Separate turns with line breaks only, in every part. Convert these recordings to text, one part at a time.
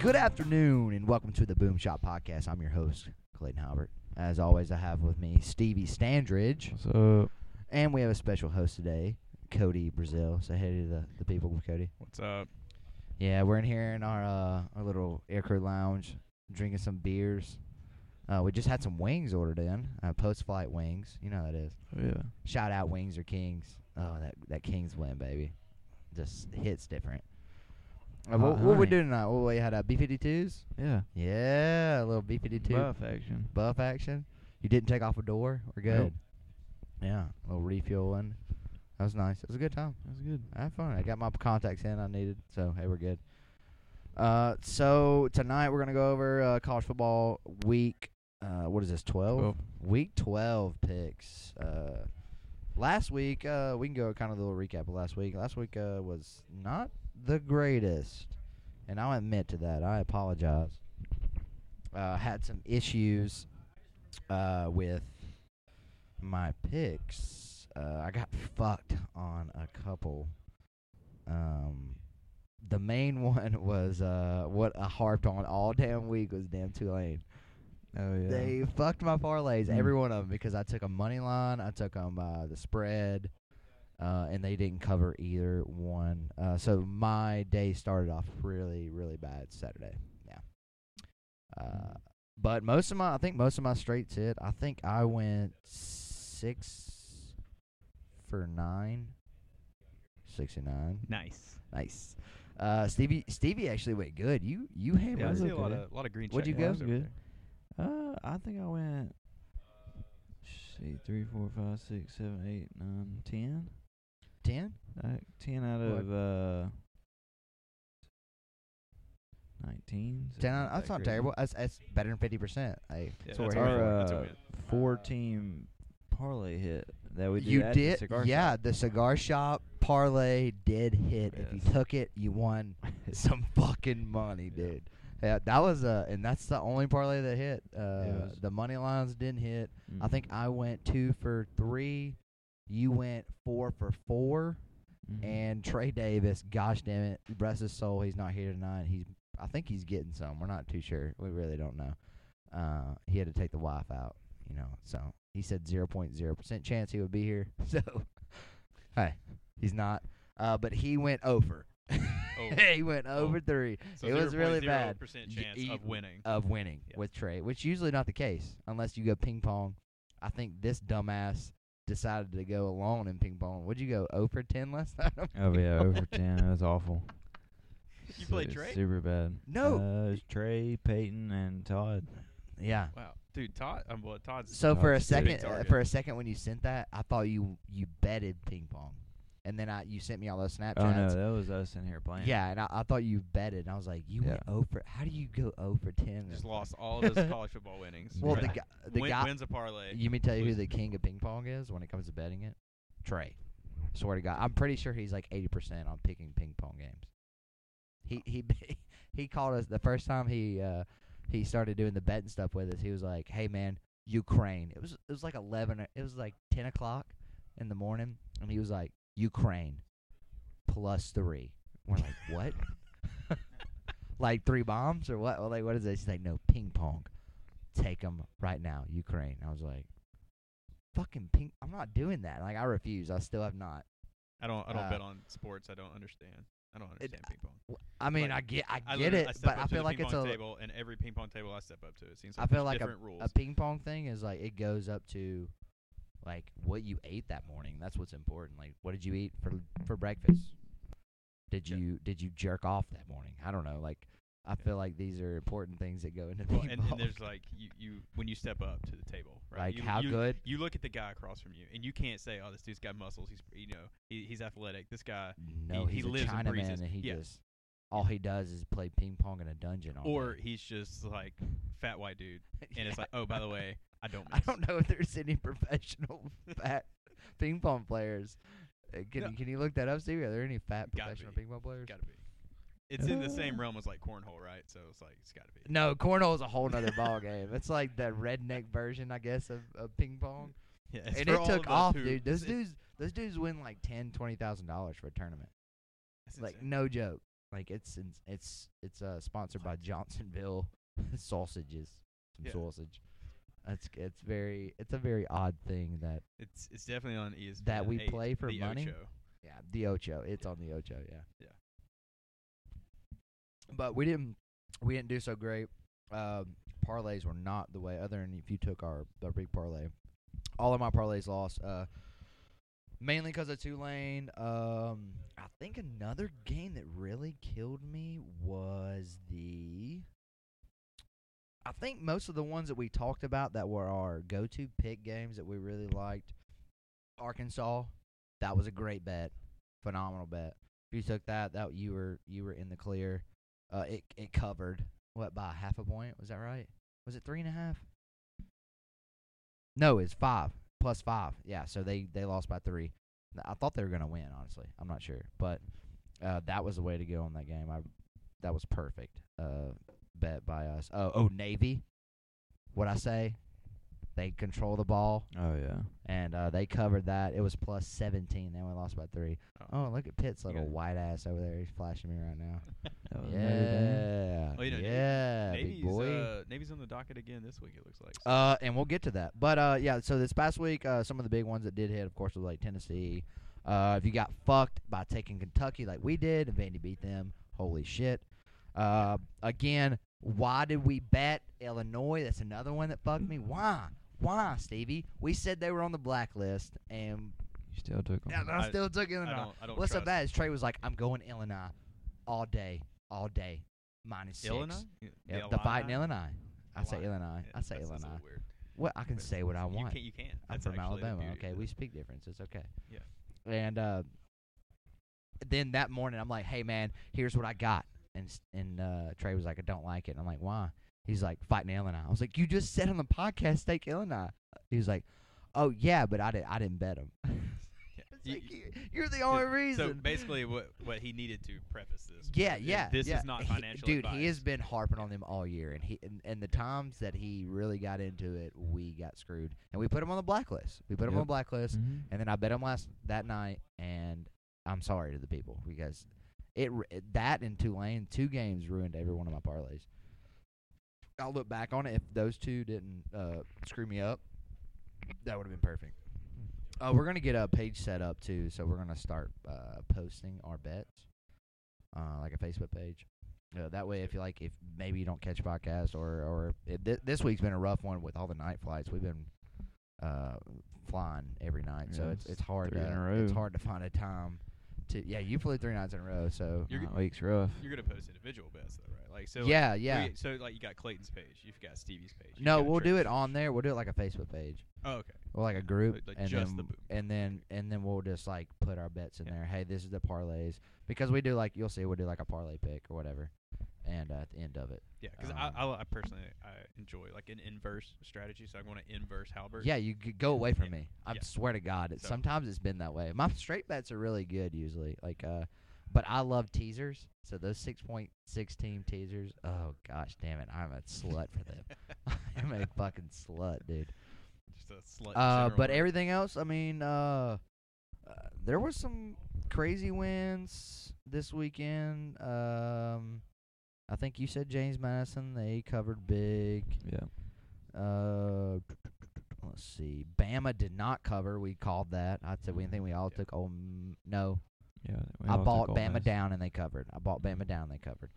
Good afternoon, and welcome to the Boom Shop Podcast. I'm your host, Clayton Halbert. As always, I have with me Stevie Standridge,
What's up?
and we have a special host today, Cody Brazil. Say hey to the, the people, Cody.
What's up?
Yeah, we're in here in our uh, our little aircrew lounge, drinking some beers. Uh, we just had some wings ordered in, uh, post flight wings. You know how that is.
Oh, yeah.
Shout out Wings or Kings. Oh, that that Kings win, baby. Just hits different. Uh,
Hot
what, what we
honey.
do tonight? What we had uh, B fifty twos.
Yeah.
Yeah, a little B fifty two
Buff action.
buff action. You didn't take off a door. We're good.
Nope.
Yeah, a little refueling. That was nice. It was a good time.
That's good.
I had fun. I got my contacts in I needed, so hey, we're good. Uh, so tonight we're gonna go over uh, college football week. Uh, what is this? Twelve.
Twelve.
Week twelve picks. Uh, last week uh, we can go kind of a little recap of last week. Last week uh, was not the greatest, and I'll admit to that. I apologize. Uh, had some issues uh, with my picks. Uh, I got fucked on a couple. Um, the main one was uh, what I harped on all damn week was damn Tulane.
Oh, yeah.
They fucked my parlays, every
Mm.
one of them, because I took a money line, I took them uh, the spread, uh, and they didn't cover either one. Uh, so my day started off really, really bad Saturday. Yeah. Uh, but most of my, I think most of my straights hit. I think I went six for nine. 69.
Nice.
Nice. Uh, Stevie Stevie actually went good. You you hammered.
Yeah, I
was
see
okay.
a lot of, lot of green
What'd you
check
go?
marks over
Good.
there.
Uh, I think I went. Shit, three, four, five, six, seven, eight, nine, ten.
10?
Uh, ten out
What?
of uh. Nineteen.
10
something
out-
like
That's
that
not
crazy.
terrible. That's, that's better than 50%. Hey,
Yeah,
that's what
that's
we're here
all
for.
right.
Our
That's a
uh,
win.
four-team parlay hit that we did.
you
at the
did,
cigar
yeah. The cigar shop parlay did hit. If you
Yes.
took it, you won
shop.
some fucking money,
Yeah.
dude. Yeah, that was uh, and that's the only parlay that hit. Uh,
was-
the money lines didn't hit. I
Mm.
think I went two for three. You went four for four.
Mhm.
And Trey Davis, gosh damn it, rest his soul, he's not here tonight. He's, I think he's getting some. We're not too sure. We really don't know. Uh, he had to take the wife out, you know. So he said zero point zero percent chance he would be here. So, hey, he's not. Uh, but he went over.
Oh.
he went
Oh.
over three
So
It was really bad.
0.0%
Y-
chance
you-
of winning.
of winning
Yeah.
with Trey, which usually not the case unless you go ping pong. I think this dumbass decided to go alone in ping pong. Would you go over ten last time?
Oh yeah, over ten. That was awful.
You played
Su-
Trey?
Super bad.
No.
Uh, it was Trey, Peyton, and Todd.
Yeah.
Wow, dude, Todd. Um, well, Todd's.
So for a
Todd's a big
second, uh,
target.
for a second when you sent that, I thought you you betted ping pong, and then I you sent me all those Snapchats.
Oh no, that was us in here playing.
yeah, and I, I thought you betted, and I was like, you went
Yeah.
over. How do you go over ten?
just lost all of his college football winnings.
Well,
Right.
the guy, the
Win-
guy.
wins a parlay.
You mean tell you who
loses.
the king of ping pong is when it comes to betting it? Trey. Swear to God, I'm pretty sure he's like 80 percent on picking ping pong games. He he he called us the first time he uh he started doing the betting stuff with us. He was like, "Hey man, Ukraine." It was it was like 11. It was like 10 o'clock in the morning, and he was like, "Ukraine plus three. We're like, "What?" like three bombs or what? Well, like what is this? He's like, no, ping pong. Take 'em right now, Ukraine. I was like, fucking ping. I'm not doing that. Like I refuse. I still have not.
I don't. I don't
uh,
bet on sports. I don't understand. I don't understand ping pong.
W- I mean,
Like,
I get, I
I
get
literally-
it,
I step
but
up
I
to
feel
the
like
ping
it's
pong
a
table, and every ping pong table I step up to, it seems.
I
Like
feel
there's
like
different rules.
a ping pong thing is like it goes up to like what you ate that morning. That's what's important. Like what did you eat for for breakfast? Did
Yeah.
you did you jerk off that morning? I don't know. Like I feel like these are important things that go into
well,
ping
and, and
pong.
there's like you, you when you step up to the table, right?
like
you,
how
you,
good
you look at the guy across from you, and you can't say, "Oh, this dude's got muscles. He's you know he, he's athletic. This guy
No,
he
he's a
lives and
Chinaman,
breathes
and,
it.
he
Yeah.
just all he does is play ping pong in a dungeon. All
or
day.
he's just like fat white dude and
Yeah.
it's like oh by the way i don't
I
miss.
don't know if there's any professional fat ping pong players. Uh, Can
No.
you can you look that up, Stevie? Are there any fat
Gotta
professional
be.
ping pong players?
gotta be it's in the same
Uh.
realm as like cornhole right so it's like it's gotta be
No, cornhole is a whole nother ball game. It's like the redneck version, I guess, of, of ping pong.
yeah it's
and
for
it
all of
took
us
off,
who-
dude. Those
it-
dudes, those dudes win like ten, twenty thousand dollars for a tournament.
that's
Like
insane.
no joke. Like it's in, it's it's uh, sponsored by Johnsonville sausages, some
Yeah.
sausage. It's it's very it's a very odd thing that
It's it's definitely on E ESPN.
That we
8,
play for
the
money?
Ocho.
yeah the Ocho it's on the Ocho yeah
Yeah.
But we didn't we didn't do so great. Um, parlays were not the way. Other than if you took our the big parlay, all of my parlays lost. Uh, mainly because of Tulane. Um, I think another game that really killed me was the. I think most of the ones that we talked about that were our go-to pick games that we really liked, Arkansas, that was a great bet, phenomenal bet. If you took that, that you were you were in the clear. Uh, it it covered what by half a point? Was that right? Was it three and a half? No, it's five plus five. Yeah, so they they lost by three. Th- I thought they were gonna win. Honestly, I'm not sure, but uh, that was the way to go on that game. I that was perfect uh, bet by us. Oh, oh Navy, what I say? They control the ball
Oh yeah.
and uh, they covered that. It was plus 17. They only lost by three.
Oh.
Oh, look at Pitt's little
Yeah.
white ass over there. He's flashing me right now.
That was Notre Dame.
Yeah.
Oh, you know, Navy-
yeah, big
Navy's,
boy.
uh, Navy's on the docket again this week. It looks like.
Uh, and we'll get to that. But uh, yeah, so this past week, uh, some of the big ones that did hit, of course, was like Tennessee. Uh, if you got fucked by taking Kentucky like we did, and Vandy beat them, holy shit. Uh, again, why did we bet Illinois? That's another one that fucked me. Why? Why, Stevie? We said they were on the blacklist, and
You still took
Yeah,
'em.
and I,
I-
still took
I
Illinois.
don't. I don't
What's
trust
up, bad is Trey was like, I'm going Illinois all day, all day, minus six.
Illinois.
Yep, the fight in Illinois. I say
Illini.
Illinois.
Yeah,
I say
that's- that's a
Illinois.
little weird.
What I can
But
say what I want.
You can't. You can't.
I'm
That's
from
actually the
Alabama.
beauty of
Okay,
it.
we speak difference. It's okay.
Yeah.
And uh, then that morning, I'm like, "Hey, man, here's what I got." And s- and uh, Trey was like, "I don't like it." And I'm like, "Why?" He's like, "Fighting Illinois." I was like, "You just said on the podcast, take Illinois." He was like, "Oh yeah, but I didn't. I didn't bet him."
Yeah.
It's
You-
like,
you-
"You- you're the only reason.
So basically, what what he needed to preface this.
Yeah,
was,
yeah.
This
yeah.
is not
He-
financial
dude,
advice.
he has been harping on them all year, and he and, and the times that he really got into it, we got screwed, and we put him on the blacklist. We put him on the
Yep.
blacklist,
Mhm.
and then I bet him last that night, and I'm sorry to the people because it ru- that and Tulane two games ruined every one of my parlays. I'll look back on it if those two didn't uh, screw me up, that would have been perfect. Uh, we're gonna get a page set up too, so we're gonna start uh, posting our bets, uh, like a Facebook page. Uh, that way, if you like, if maybe you don't catch podcasts or or if thi- this week's been a rough one with all the night flights, we've been uh, flying every night, so
Yeah,
it's
it's
it's hard
three
to
in a
it's
row.
hard to find a time to yeah. You flew three nights in a row, so uh,
You're
That
g-
week's rough.
You're gonna post individual bets though, right? Like so.
yeah, yeah.
we- so like you got Clayton's page, you've got Stevie's page. you've
no,
got
we'll do
Trey's
it on
page.
there. We'll do it like a Facebook page.
Oh, okay.
Well, like a group,
like
and
just
then
the boom.
and then and then we'll just like put our bets in
Yeah.
there. Hey, this is the parlays because we do like you'll see we'll do like a parlay pick or whatever, and uh, at the end of it,
Yeah, because
Um,
I, I I personally I enjoy like an inverse strategy, so I want to inverse Halbert.
yeah, you could go away from
Yeah.
me. I
Yeah.
swear to God, it,
So-
sometimes it's been that way. My straight bets are really good usually, like uh, but I love teasers. So those six point six team teasers, oh gosh, damn it, I'm a slut for them. I'm a fucking slut, dude.
Just a slut. in
Uh,
general,
but
right?
everything else, I mean, uh, uh, there was some crazy wins this weekend. Um, I think you said James Madison they covered big.
Yeah.
Uh, let's see, Bama did not cover. We called that. I said we think we all
Yeah.
took. Oh no,
Yeah. we
I
all took
bought
Ole
Bama
Miss.
down and they covered. I bought Bama down and they covered.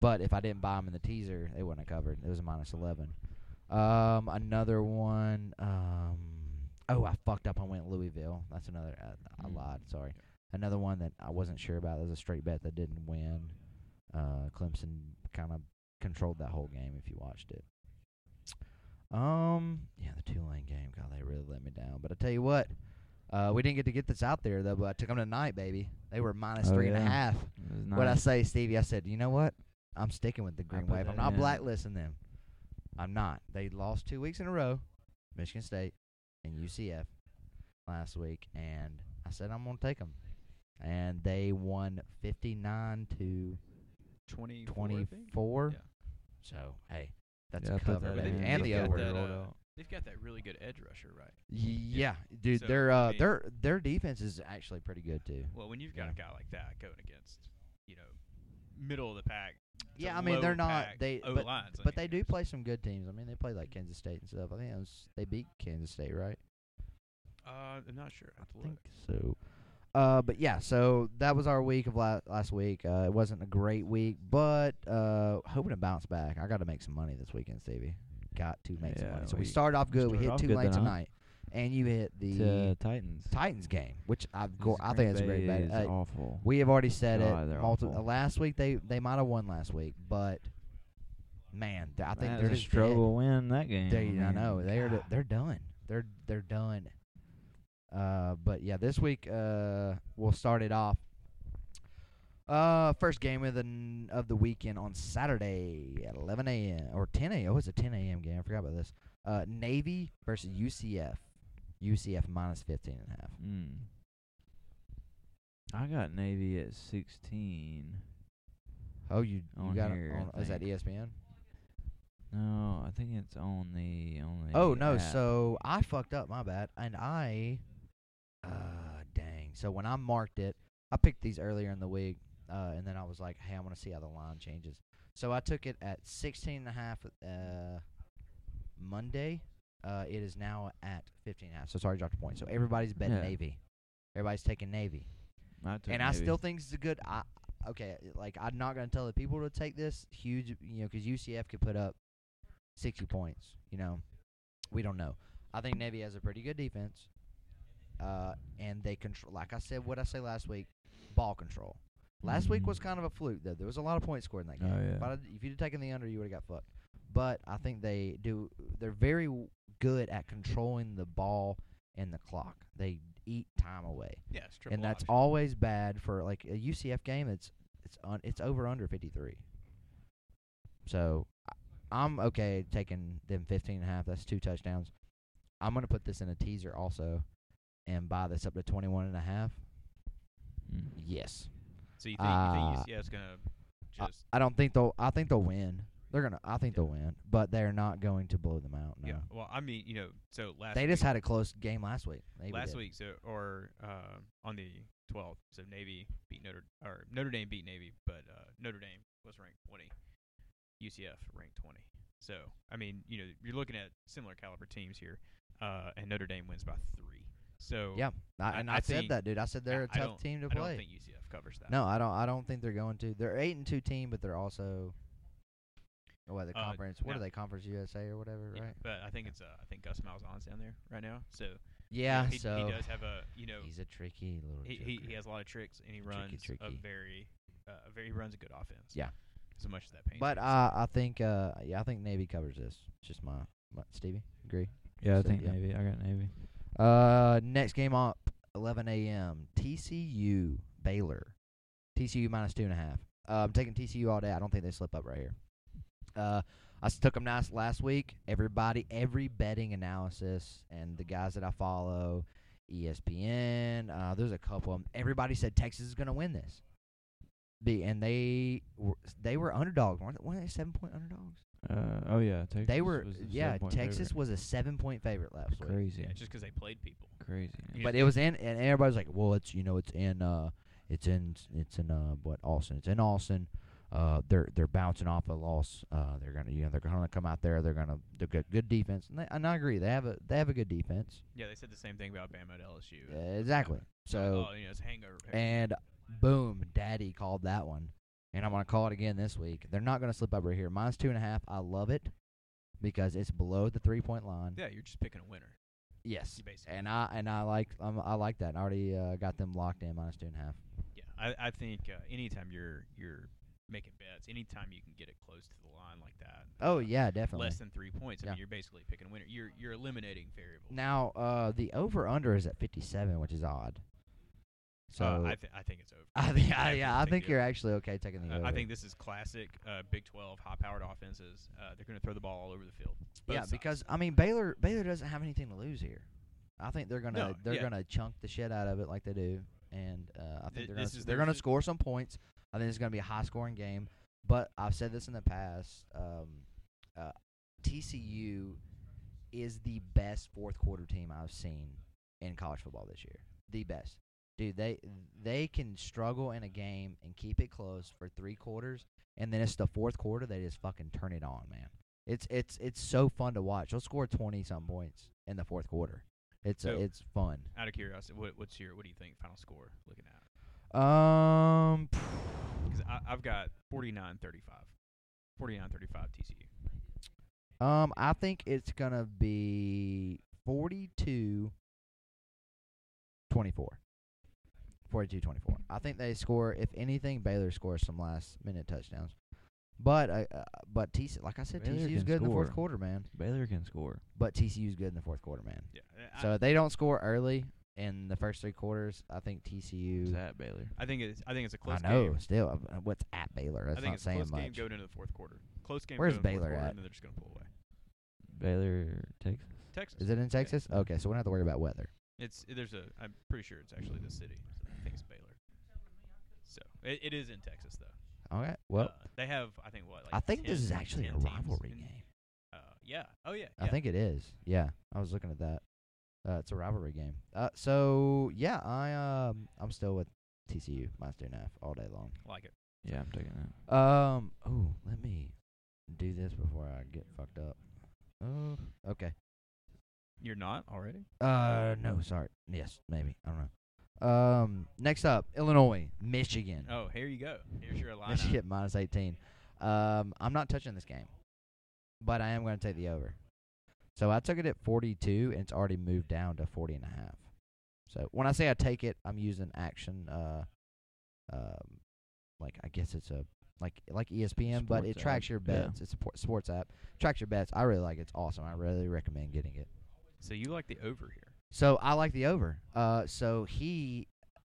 But if I didn't buy them in the teaser, they wouldn't have covered. It was a minus eleven. Um, another one. Um, oh, I fucked up. I went Louisville. That's another. uh, I, I
Mm.
lied. Sorry. Another one that I wasn't sure about. That was a straight bet that didn't win. Uh, Clemson kind of controlled that whole game if you watched it. Um, yeah, the Tulane game. God, they really let me down. But I tell you what, uh, we didn't get to get this out there though. But I took them tonight, baby. They were minus
Oh,
three and a
yeah.
half.
It was
What I
nice.
say, Stevie? I said, you know what? I'm sticking with the green
put
wave. I'm
that
not
in.
blacklisting them. I'm not. They lost two weeks in a row, Michigan State and UCF last week, and I said I'm gonna take them, and they won 59 to
24, I think?
24.
Yeah.
So hey, that's
Yeah,
a
I put
cover,
that
But
baby.
in.
they've-
and
they've
the
got
over.
that,
rolled
uh,
out.
They've got that really good edge rusher, right?
Yeah, dude,
So,
their
I
uh,
mean-
their their defense is actually pretty good too.
Well, when you've got
Yeah.
a guy like that going against, you know, middle of the pack. to
Yeah, I mean they're
low
not
pack
they
O
but,
lines, I
but
mean,
they do
it's-
play some good teams. I mean they play like Kansas State and stuff. I think it was, they beat Kansas State, right?
Uh, I'm not sure. I have to
I
look.
think so. Uh, but yeah, so that was our week of la- last week. Uh, it wasn't a great week, but uh, hoping to bounce back. I got to make some money this weekend, Stevie. Got to make some money.
Yeah,
So we,
we-
started off good.
started
we hit
off good
Tulane
then, huh?
tonight, and you hit the
to Titans.
Titans game, which I've go-
This
I think it's a great
Green Bay
bet.
is
Uh,
awful.
we have already said
God,
it.
they're
Multi-
awful.
last week they they might have won last week, but man, th- I think
That
they're
was a
just dead.
struggle to win that game.
They, I
mean,
know they're
God.
they're done. They're they're done. Uh, but yeah, this week uh we'll start it off. Uh, first game of the n- of the weekend on Saturday at 11 a.m. or 10 a.m. Oh, it's a 10 a.m. game. I forgot about this. Uh, Navy versus UCF. UCF minus 15 and a half.
Mm. I got Navy at 16.
Oh, you, you
On
got it
here, I
on, is that E
think.
ESPN?
No, I think it's on the on the.
Oh no,
app.
so I fucked up, my bad. And I uh dang. So when I marked it, I picked these earlier in the week, uh, and then I was like, hey, I want to see how the line changes. So I took it at 16 and a half uh Monday. Uh it is now at 15 and a half. So sorry dropped a point. So everybody's betting
Yeah.
Navy. Everybody's taking Navy.
I took
and I still
Navy.
think it's a good. I, okay, like I'm not gonna tell the people to take this huge, you know, because UCF could put up 60 points. You know, we don't know. I think Navy has a pretty good defense, uh, and they control. Like I said, what I say last week, ball control. Last week was
Mhm.
kind of a fluke though. There was a lot of points scored in that
Oh,
game. If,
yeah.
I'd- if you'd have taken the under, you would have got fucked. But I think they do. They're very w- good at controlling the ball and the clock. They eat time away
Yeah, it's triple
and that's
option.
always bad for like a UCF game. It's it's un, it's over under fifty three. So I- I'm okay taking them 15 and a half. That's two touchdowns. I'm gonna put this in a teaser also, and buy this up to 21 and a half.
Mm.
Yes,
So you think,
uh,
you think UCF's gonna
I,
just
I don't think they'll. I think they'll win. They're gonna. I think they'll win, but they're not going to blow them out. No,
yeah? Well, I mean, you know, so last
they just
week-
had a close game last week. Navy
last
did.
week, so or uh, on the 12th, so Navy beat Notre or Notre Dame beat Navy, but uh, Notre Dame was ranked 20, UCF ranked 20. So I mean, you know, you're looking at similar caliber teams here, uh, and Notre Dame wins by three. So
Yeah, I,
I-
and I,
I
said
think-
that, dude. I said they're
I-
a
I
tough
don't-
team to
I
play.
don't think UCF covers that.
No, I don't. I don't think they're going to. They're eight and two team, but they're also oh, what the
Uh,
conference? What
no.
are they? Conference USA or whatever,
Yeah,
right?
but I think it's uh, I think Gus Malzahn's down there right now. So you know,
Yeah.
he,
so
he does have a you know
he's a tricky little.
he, he,
joker.
he has a lot of tricks and he runs a
tricky.
very uh, a very he runs a good offense.
Yeah.
So much as that pains.
but
me to say.
I, I think, uh, yeah, I think Navy covers this. It's just my, my Stevie. Agree.
Yeah, I
So,
think
yeah.
Navy. I got Navy.
Uh, next game up, 11 a.m. TCU Baylor. TCU minus two and a half. Uh, I'm taking TCU all day. I don't think they slip up right here. Uh, I s- took them nice last week. Everybody, every betting analysis and the guys that I follow, E ESPN. Uh, there's a couple of them. Everybody said Texas is going to win this. Be and they were, they were underdogs, weren't they? Weren't they seven point underdogs?
Uh, oh yeah, Texas.
they were.
was a
Yeah,
seven-point
Texas
favorite.
was a seven point favorite last week.
crazy,
yeah, just because they played people.
crazy.
You
But
just-
it was in, and everybody's like, "Well, it's you know, it's in, uh, it's in, it's in, uh, what Austin? It's in Austin. Uh, they're they're bouncing off a loss. Uh, they're gonna, you know, they're gonna come out there. They're gonna, they're good, good defense. And, they, and I agree, they have a they have a good defense.
Yeah, they said the same thing about Bama at LSU.
Uh, exactly. So
oh, you know, it's a hangover. And
and boom, Daddy called that one, and I'm gonna call it again this week. They're not gonna slip up right here. Mine's two and a half. I love it because it's below the three point line.
yeah, you're just picking a winner.
Yes.
You basically.
And I and I like um, I like that. I already uh, got them locked in minus two and a half.
yeah, I, I think uh, anytime you're you're making bets, anytime you can get it close to the line like that.
Oh
uh,
yeah, definitely.
Less than three points. I
Yeah.
mean, you're basically picking a winner. You're you're eliminating variables.
Now, uh, the over under is at 57, which is odd. So
uh, I, th- I think it's over.
I think I,
Actually,
yeah, I think
the
you're
over.
actually okay taking the
Uh,
over.
I think this is classic uh, Big 12 high-powered offenses. Uh, they're going to throw the ball all over the field. Both
yeah,
sides.
because I mean Baylor Baylor doesn't have anything to lose here. I think they're gonna
No,
they're
yeah.
gonna chunk the shit out of it like they do, and uh, I think
Th-
they're gonna
this
s-
is
they're
their
gonna
si-
score some points. I think it's gonna be a high scoring game. But I've said this in the past. Um, uh, TCU is the best fourth quarter team I've seen in college football this year. The best. dude, they they can struggle in a game and keep it close for three quarters, and then it's the fourth quarter they just fucking turn it on, man. It's it's it's so fun to watch. They'll score twenty some points in the fourth quarter. It's uh
So-
it's fun.
Out of curiosity, what, what's your what do you think final score looking at?
Um,
Because I've got 49 35. 49 35 TCU.
um, I think it's gonna be 42-24. 42-24. I think they score. If anything, Baylor scores some last minute touchdowns. But uh, uh, but TCU, like I said,
Baylor
TCU's
can
good in the fourth
score.
quarter, man.
Baylor can score.
But TCU's good in the fourth quarter, man.
Yeah. I-
So if they don't score early in the first three quarters, I think TCU.
Who's at Baylor?
I think it's I think it's a close
I know.
game.
Still, uh, what's at Baylor? That's
I think
not
it's a close
saying
game
much.
going into the fourth quarter. Close game.
Where's
going into the
Baylor
fourth quarter,
at?
And then they're just gonna pull away.
Baylor, Texas.
Texas.
Is it in
Yeah.
Texas? Okay, so we don't have to worry about weather.
It's there's a. I'm pretty sure it's actually the city. So I think it's Baylor. So it, it is in Texas though.
Okay. Well,
uh, they have I think what like
I think this
10
is actually a
10 teams
rivalry
in-
game.
Uh, yeah. Oh yeah.
I
yeah.
think it is. Yeah, I was looking at that. Uh, it's a rivalry game. Uh, so yeah, I um, I'm still with TCU minus two and a half all day long.
I like it.
Yeah, I'm taking that.
Um. Oh, let me do this before I get fucked up. Oh. Okay.
You're not already.
Uh. No. Sorry. Yes. Maybe. I don't know. Um. Next up, Illinois, Michigan.
Oh, here you go. Here's your line.
Michigan minus 18. Um, I'm not touching this game, but I am going to take the over. So I took it at 42, and it's already moved down to 40 and a half. So when I say I take it, I'm using action. Uh, um, like I guess it's a like like E ESPN, but it
Sports
tracks
app,
your
yeah.
bets. It's a por- sports app. Tracks your bets. I really like it. It's awesome. I really recommend getting it.
So you like the over here.
So I like the over. Uh, so he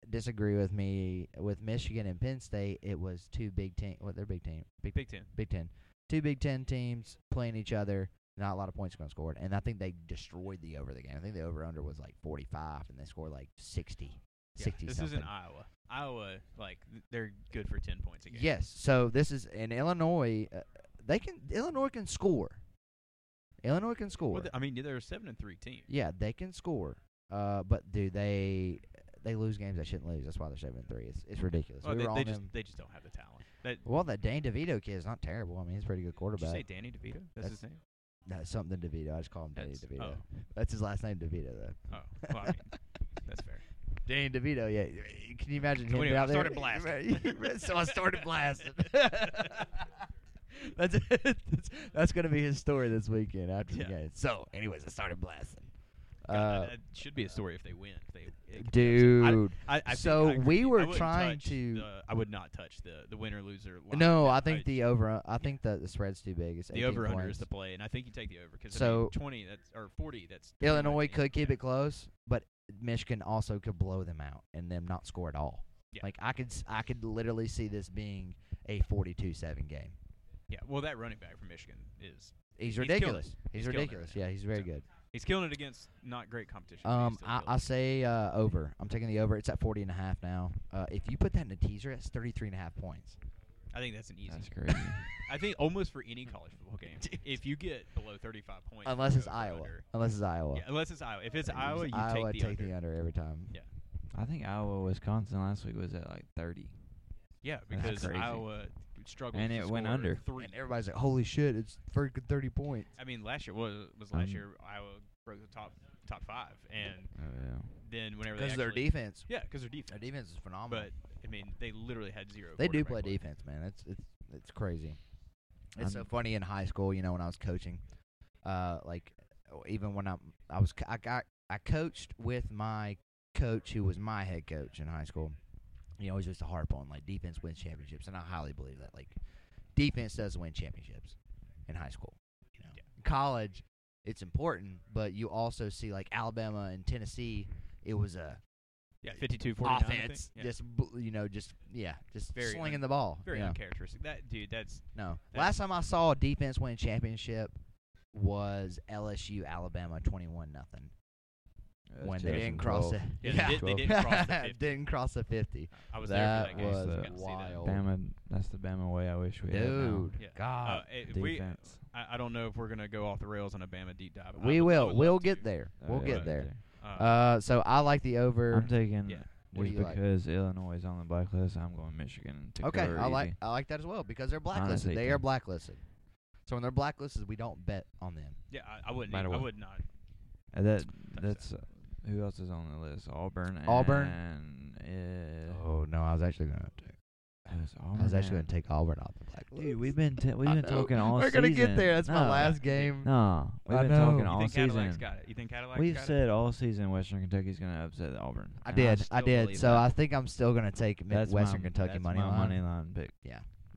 disagree with me with Michigan and Penn State. It was two Big Ten. What they're Big Ten, Big
Big Ten.
Big Ten, two Big Ten teams playing each other. Not a lot of points going scored, and I think they destroyed the over the game. I think the over under was like forty five, and they scored like 60,
Yeah,
60
this
something.
isn't Iowa. Iowa, like th- they're good for ten points a game.
Yes. So this is in Illinois. Uh, they can Illinois can score. Illinois can score.
Well, th- I mean, they're a seven and three team.
Yeah, they can score. Uh, but dude, they they lose games they shouldn't lose. That's why they're seven and three. It's it's ridiculous.
Well,
we
they,
were
they
on
just
them.
they just don't have the talent. That,
Well, that Dane DeVito kid is not terrible. I mean, he's a pretty good
did you say
quarterback.
Danny DeVito? That's, his name.
That's something DeVito. I just call him Danny
That's-
DeVito. That's his last name, DeVito though.
Oh, oh, well, I mean, that's fair.
Danny DeVito. Yeah. Can you imagine
So
him
anyway, I
out there?
started blasting.
so I started blasting. that's, that's that's gonna be his story this weekend after
Yeah.
the game. So, anyways, I started blasting.
God,
Uh,
that, that should be a story if they win. If they, it could be upset. I-
dude.
I, I, think
so
I agree
we
with you.
were
I wouldn't
trying
touch
to-
The, I would not touch the the winner loser. Line.
No,
Yeah,
I think the over. I think the, the spread's too big. It's
the
18
over under
points.
is the play, and I think you take the over because I
So-
mean, twenty that's or forty that's
Illinois could keep it close, but Michigan also could blow them out and them not score at all.
Yeah.
Like I could, s- I could literally see this being a 42-7 game.
Yeah, well, that running back from Michigan is
He's
killing it.
ridiculous. He's,
He's killing it
ridiculous.
right now.
Yeah, he's very
So,
good.
he's killing it against not great competition. but he's
Um,
still
I,
killing
I
it.
say uh, over. I'm taking the over. It's at 40 and a half now. Uh, if you put that in a teaser, that's 33 and a half points.
I think that's an easy.
That's crazy.
I think almost for any college football game, if you get below 35 points, you
Unless
go
it's
for
Iowa.
under.
Unless it's Iowa.
Yeah, unless it's Iowa. If it's
If
Iowa, you
Iowa,
take the under.
every time.
Yeah.
I think Iowa, Wisconsin last week was at like 30.
Yeah,
That's
because
crazy.
Iowa struggled
And
to
it went
score
under.
three.
And everybody's like, "Holy shit! It's freaking 30 points."
I mean, last year was was last
Um,
year Iowa broke the top top five, and
Oh yeah.
then whenever they
Because their
actually-
defense,
yeah, because their
their
defense.
defense is phenomenal.
But I mean, they literally had zero.
Um, they do play
quarterback
defense, man. It's it's it's crazy. It's so
I'm-
funny in high school, you know, when I was coaching, uh, like oh, even when I'm, I was, co- I got, I coached with my coach who was my head coach in high school. He always used to harp on like defense wins championships, and I highly believe that like defense does win championships in high school. You know,
Yeah.
college, it's important, but you also see like Alabama and Tennessee. It was a
Yeah, 52 49. I think.
offense,
Yeah,
just bu- you know, just yeah, just
Very
slinging
un-
the ball.
very
yeah.
uncharacteristic. That dude, that's
No.
That-
Last time I saw a defense win championship was LSU Alabama twenty one nothing when they didn't cross the
Yeah, they did- they didn't cross the 50.
Didn't cross the 50.
I was
that
there for that game.
was
so I got to see that.
wild,
Bama. That's the Bama way. I wish we had now.
dude.
Yeah.
God,
Uh, if we,
Defense.
I, I don't know if we're gonna go off the rails on a Bama deep dive. I
we
uh, would- I
will.
would
We'll
love
get
to.
there.
Oh,
We'll
yeah,
get
right
there.
Uh,
Uh, so I like the over.
I'm taking
yeah.
What
Just
do you like?
because Illinois is on the blacklist, I'm going Michigan to
Okay,
cover
I like
easy.
I like that as well because they're blacklisted.
take
they are
them.
blacklisted. So when they're blacklisted, we don't bet on them.
Yeah, I, I wouldn't.
Matter
even- I
what.
would not.
And that
that.
that's uh, who else is on the list? Auburn.
Auburn?
And, uh,
Oh no, I was actually going to.
it was Auburn
I was actually
and-
going to take Auburn off the blacklist.
Oh, Dude, we've been ta- we've
I
been
know.
talking all
We're
season.
gonna get there. That's my
No,
last game.
No, we've
I
been
know.
talking
You
You
all
think Cadillac's
season.
got it? You think Cadillac's
We've
got
said all season Western Kentucky's going to upset Auburn.
I
and I
did.
s-
I,
still
did.
believe
So
that.
I think I'm still going to take Mid-
that's
Western
my,
Kentucky
that's
money
my
line.
money line pick.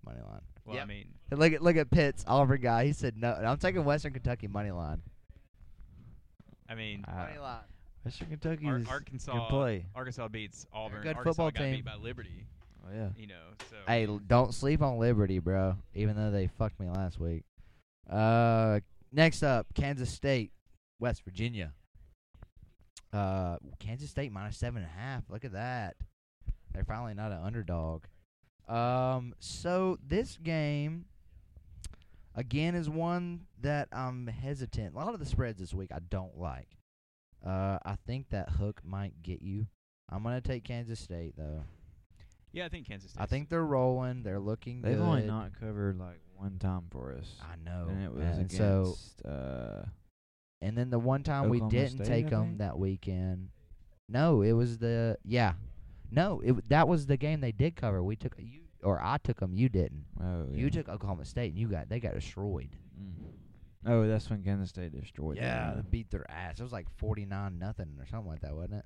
Money line.
it? Well,
Yep.
I mean,
And Look at look at Pitts, Auburn guy. He said no. I'm taking Western Kentucky money line.
I mean,
Uh,
money line.
Western Kentucky
Ar-
is
Arkansas.
Can play.
Arkansas beats Auburn.
good
Arkansas
football
got
team.
beat by Liberty.
Oh yeah.
You know, so
Hey, l- don't sleep on Liberty, bro. Even though they fucked me last week. Uh, next up, Kansas State, West Virginia. Uh, Kansas State minus seven and a half. Look at that. They're finally not an underdog. Um, so this game, again, is one that I'm hesitant. A lot of the spreads this week I don't like. Uh, I think that hook might get you. I'm gonna take Kansas State though.
yeah, I think Kansas State.
I think they're rolling. They're looking
They've
good.
only not covered like one time for us.
I know.
and it was
man.
against
so,
uh
and then the one time
Oklahoma
we didn't
State,
take 'em
I
take them
think?
that weekend. No, it was the yeah. No, it w- that was the game they did cover. We took you or I took them. You didn't.
oh, yeah.
You took Oklahoma State and you got they got destroyed.
Mm. Oh, that's when Kansas State destroyed. them,
they beat their ass. It was like forty nine nothing or something like that, wasn't it?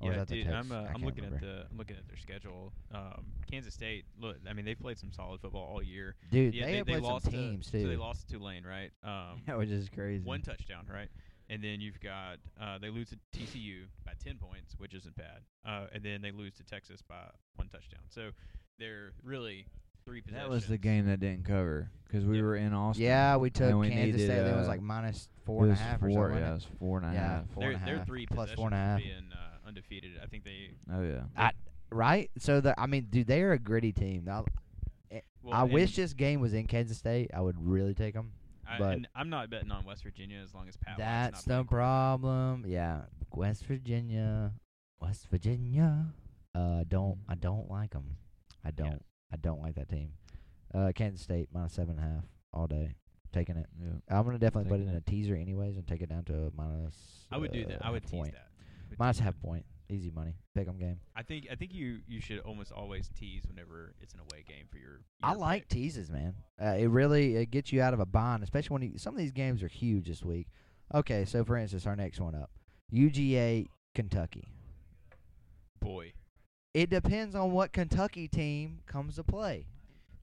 Or was
Yeah,
Oh, that the
dude, I'm
Texas?
uh,
I
I'm
can't
looking
remember.
at the I'm looking at their schedule. Um, Kansas State. Look, I mean, they've played some solid football all year.
dude.
yeah,
they, had
they,
played
lost
some
to-
teams
So
too.
they lost to Tulane, right? Um,
That was just crazy.
one touchdown, right? And then you've got uh, they lose to TCU by ten points, which isn't bad. Uh, and then they lose to Texas by one touchdown. So they're really three possessions.
that was the game that didn't cover because we
Yeah.
were in Austin.
yeah, we took
and we
Kansas
needed,
State. I think it was
uh,
like minus
It
four and a
was
half
four,
or something.
Yeah, it
wasn't
was four and a half.
Yeah, four
They're,
and a
they're
half,
three
plus
possessions
four and a
from
half.
being uh, undefeated. I think they
Oh yeah.
I- it? Right. So the, I mean, dude, they are a gritty team. I,
well,
I
and
wish this game was in Kansas State. I would really take them.
I,
but-
and I'm not betting on West Virginia as long as Pat. Wyatt's
That's the
not playing quarterback.
problem. Yeah, West Virginia, West Virginia. Uh, don't I don't like them. I don't. I don't like that team. Uh, Kansas State minus seven and a half all day. Taking it.
yeah.
I'm gonna definitely put it
Taking
in a teaser anyways and take it down to a minus.
I would do that.
uh,
I would
half
tease
point.
that. Would
Minus
tease
half
that.
point. Easy money. Pick 'em game.
I think I think you you should almost always tease whenever it's an away game for your. your
I like
pick.
teases, man. Uh, it really it gets you out of a bind, especially when you, some of these games are huge this week. Okay, so for instance, our next one up, UGA Kentucky.
boy,
It depends on what Kentucky team comes to play.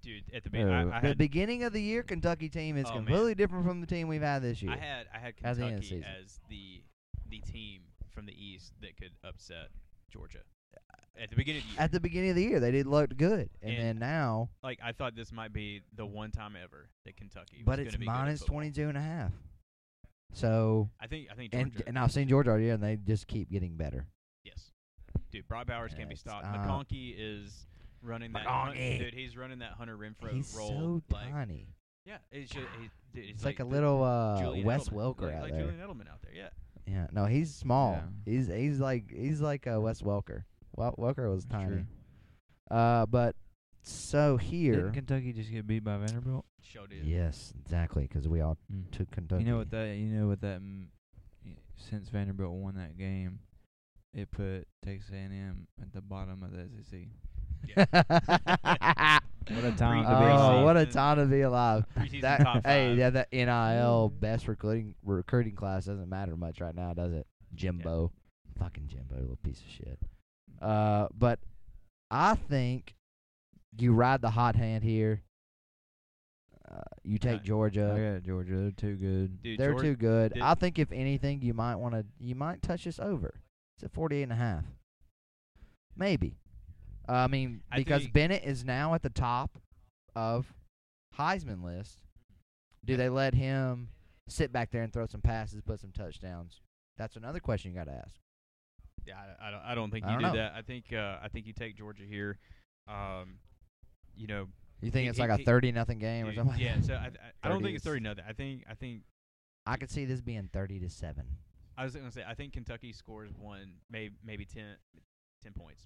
dude. At the beginning,
Oh.
I, I
The
had
beginning of the year Kentucky team is
Oh, man.
completely different from the team we've had this year.
I had I had
At the end of the
Kentucky
season.
as the the team from the East that could upset Georgia at the beginning of the year.
At the beginning of the year, they did look good, and,
And-
then now,
like I thought this might be the one time ever that Kentucky.
but
was
it's
gonna be good at
minus
football.
twenty two and a half. So,
I think I think Georgia.
and and I've seen Georgia all year, and they just keep getting better.
yes, dude. Broad Bowers can't be
It's,
stopped.
uh,
McConkey is running that. hun-
McConkey.
dude, he's running that Hunter Renfro
He's
roll.
so
like,
tiny.
yeah, it's just he, dude,
It's like, a
the
little uh,
Julian
Wes
Edelman,
Welker
like,
out
like
there.
Julian Edelman out there. Yeah,
Yeah, no, he's small.
Yeah.
He's he's like he's like a Wes Welker. Wel- Welker was
That's
tiny.
true.
Uh, but so
Didn't
here,
Kentucky just get beat by Vanderbilt?
sure did.
yes, exactly, because we all
Mm.
took Kentucky.
You know what that? You know what that? m- y- Since Vanderbilt won that game, it put Texas A&M at the bottom of the E SEC.
Yeah.
What a time to be
oh,
alive.
what a time to be alive!
Preseason
That-
top
hey,
five.
yeah, that NIL best recruiting recruiting class doesn't matter much right now, does it? Jimbo, fucking Jimbo, little piece of shit. Uh, but I think you ride the hot hand here. Uh, you take
I-
Georgia.
I got Georgia. They're too good.
Dude,
They're
Georg-
too good.
did-
I think if anything, you might want to you might touch this over. It's at 48 and a half. Maybe. Uh, I mean,
I
because
think-
Bennett is now at the top of Heisman list. Do they let him sit back there and throw some passes, put some touchdowns? That's another question you got to ask.
Yeah, I, I don't. I don't think
I
you
don't
do
know.
that. I think. Uh, I think you take Georgia here. Um, you know,
You think
He-
it's
he-
like a
he-
30 nothing game or
dude,
something? like
yeah.
that?
So I, I, I don't think it's
30s.
thirty nothing. I think. I think.
I could see this being 30 to 7.
I was gonna say I think Kentucky scores one, maybe maybe 10, 10 points,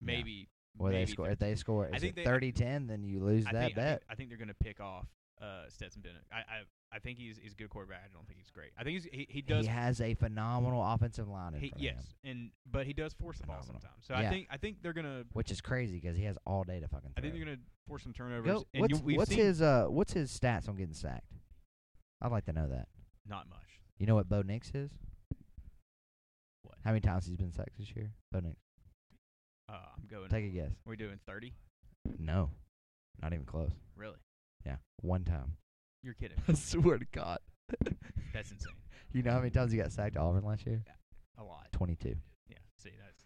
Yeah.
maybe.
Well, they
maybe
score.
13.
If they score,
I
is
think
it
they-
30-10, then you lose
I
that
think, I
bet.
think, I think they're gonna pick off uh, Stetson Bennett. I, I I think he's he's a good quarterback. I don't think he's great. I think he's, he he does
he has a phenomenal offensive line. In
he,
front of him,
yes, and but he does force the ball
Phenomenal.
sometimes. So
Yeah.
I think I think they're gonna
which is crazy because he has all day to fucking. Throw.
I think they're gonna force some turnovers.
Go,
and
what's
you, we've
what's
seen
his uh what's his stats on getting sacked? I'd like to know that.
not much.
You know what Bo Nix is?
What?
How many times he's been sacked this year? Bo Nix.
Uh, I'm going.
Take a guess.
We're doing thirty.
No, not even close.
Really?
Yeah, one time.
You're kidding?
I swear to God.
That's insane.
You know how many times he got sacked at Auburn last year?
A lot.
Twenty-two.
Yeah. See, that's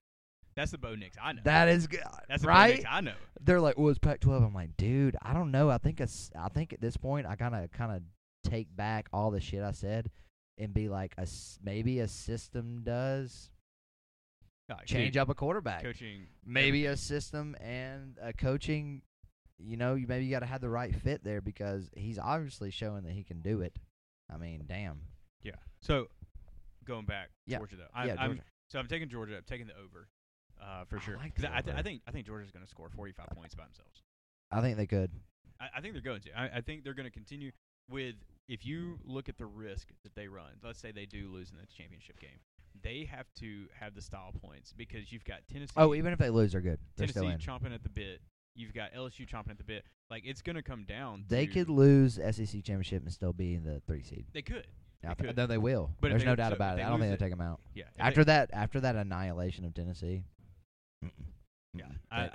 that's the Bo Nix I know.
That is good,
that's the Bo
right?
Nix I know.
they're like, "Well, it's Pac-12." I'm like, "Dude, I don't know. I think it's, I think at this point, I kind of kind of take back all the shit I said and be like, a s- maybe a system does
God,
change
dude,
up a quarterback.
coaching.
Maybe a system and a coaching. You know, you maybe you got to have the right fit there because he's obviously showing that he can do it. I mean, damn.
Yeah. So going back,
Yeah.
Georgia though. I'm,
yeah,
I'm,
Georgia.
so I'm taking Georgia. I'm taking the over. Uh, for
I
sure.
like
'Cause
the
I, th- I
over.
think I think Georgia's going to score 45 points by themselves.
I think they could.
I, I think they're going to. I, I think they're going to continue with. If you look at the risk that they run, let's say they do lose in the championship game, they have to have the style points because you've got Tennessee.
Oh, even if they lose, they're good. They're
Tennessee
still in.
chomping at the bit. You've got LSU chomping at the bit. Like it's going to come down.
They
to-
could lose SEC championship and still be in the three seed.
They could.
I
They
th-
could.
no, they will.
But if
There's
they-
no doubt
so if
about it.
they
I don't
lose
think
it-
they'll take them out.
Yeah. if
After that, after that annihilation of Tennessee, mm-mm,
they, yeah.
mm-mm.
I,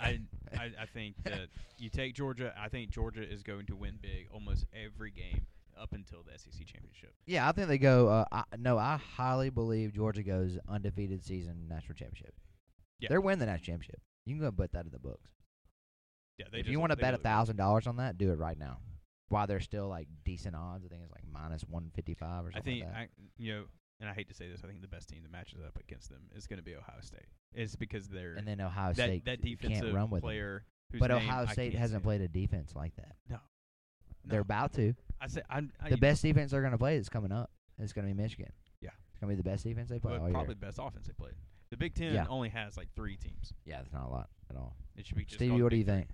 They-
I, I I think that you take Georgia. I think Georgia is going to win big almost every game up until the SEC championship.
yeah, I think they go. Uh, I, no, I highly believe Georgia goes undefeated season national championship.
Yeah.
They're winning the national championship. You can go bet that in the books.
Yeah. They
if
just,
you want to
they
bet a
really-
thousand dollars on that, do it right now. While they're still like decent odds, I think it's like minus one fifty five or
I
something.
think
like that.
I, you know, and I hate to say this, I think the best team that matches up against them is going to be Ohio State. It's because they're
and then Ohio
that
State
that
you
defensive
can't run with them.
player. Whose
But
name
Ohio
I
State
can't
hasn't
say.
played a defense like that.
No.
They're
No.
about to.
I say I'm I,
the best defense they're going to play is coming up. It's going to be Michigan.
Yeah.
It's going to be the best defense they play
but
all
probably
year.
the best offense they played. The Big Ten
Yeah.
only has like three teams.
Yeah, it's not a lot at all.
It should be just
Stevie,
called
what do
Big
you
Three.
think?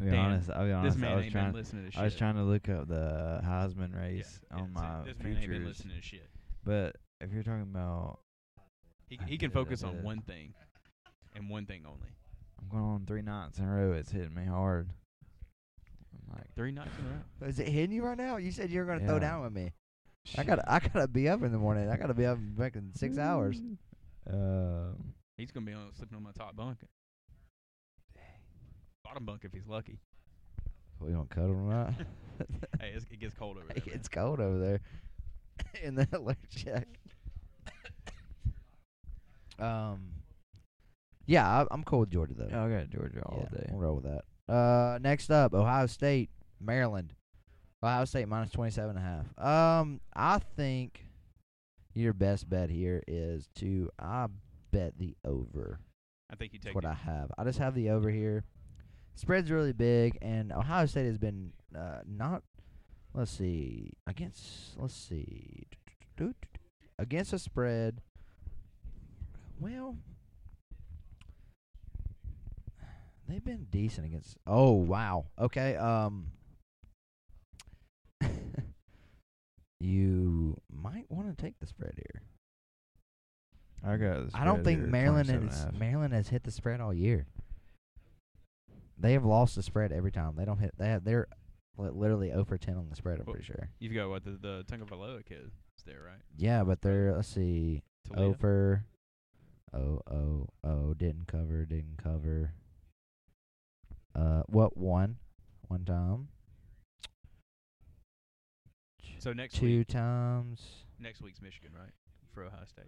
I'll be
Dan,
honest. I'll be honest.
This man
I was
ain't
trying.
been listening to shit.
I was trying to look up the Heisman
Yeah,
race
yeah,
on
this-
my
This man ain't been
futures,
listening to shit.
but if you're talking about,
He,
I
he can
did, I
focus on
did.
one thing, and one thing only.
I'm going on three nights in a row. It's hitting me hard. I'm like,
Three nights in a row.
Is it hitting you right now? You said you were going to throw
Yeah.
down with me. I
shit.
got to I got to be up in the morning. I got to be up in fucking 6 hours.
Um,
He's gonna be on sleeping on my top bunk. Bottom bunk if he's lucky.
We going to cut them out.
Hey, it's, it gets cold over there.
It
man.
gets cold over there in the alert check. um Yeah, I, I'm cool with Georgia though.
yeah, I got Georgia all
Yeah,
day.
We'll roll with that. Uh, next up, Ohio State, Maryland. Ohio State minus 27 and a half. Um, I think your best bet here is to I bet the over.
I think you take
That's what
it.
I have. I just have the over here. Spread's really big, and Ohio State has been uh, not. Let's see against. Let's see against a spread. Well, they've been decent against. Oh wow. Okay. Um. you might want to take the spread here.
I got. the
I don't
spread
think
here,
Maryland
27 and a
has
half.
Maryland has hit the spread all year. They have lost the spread every time. They don't hit. They have, they're li- literally over ten on the spread. I'm
Well-
pretty sure.
You've got what the the Tungavaloa kid is there, right?
Yeah, but they're let's see
Toledo?
over. Oh oh oh! Didn't cover. Didn't cover. Uh, what one? One time.
So next
Two
week,
times.
next week's Michigan, right? For Ohio State.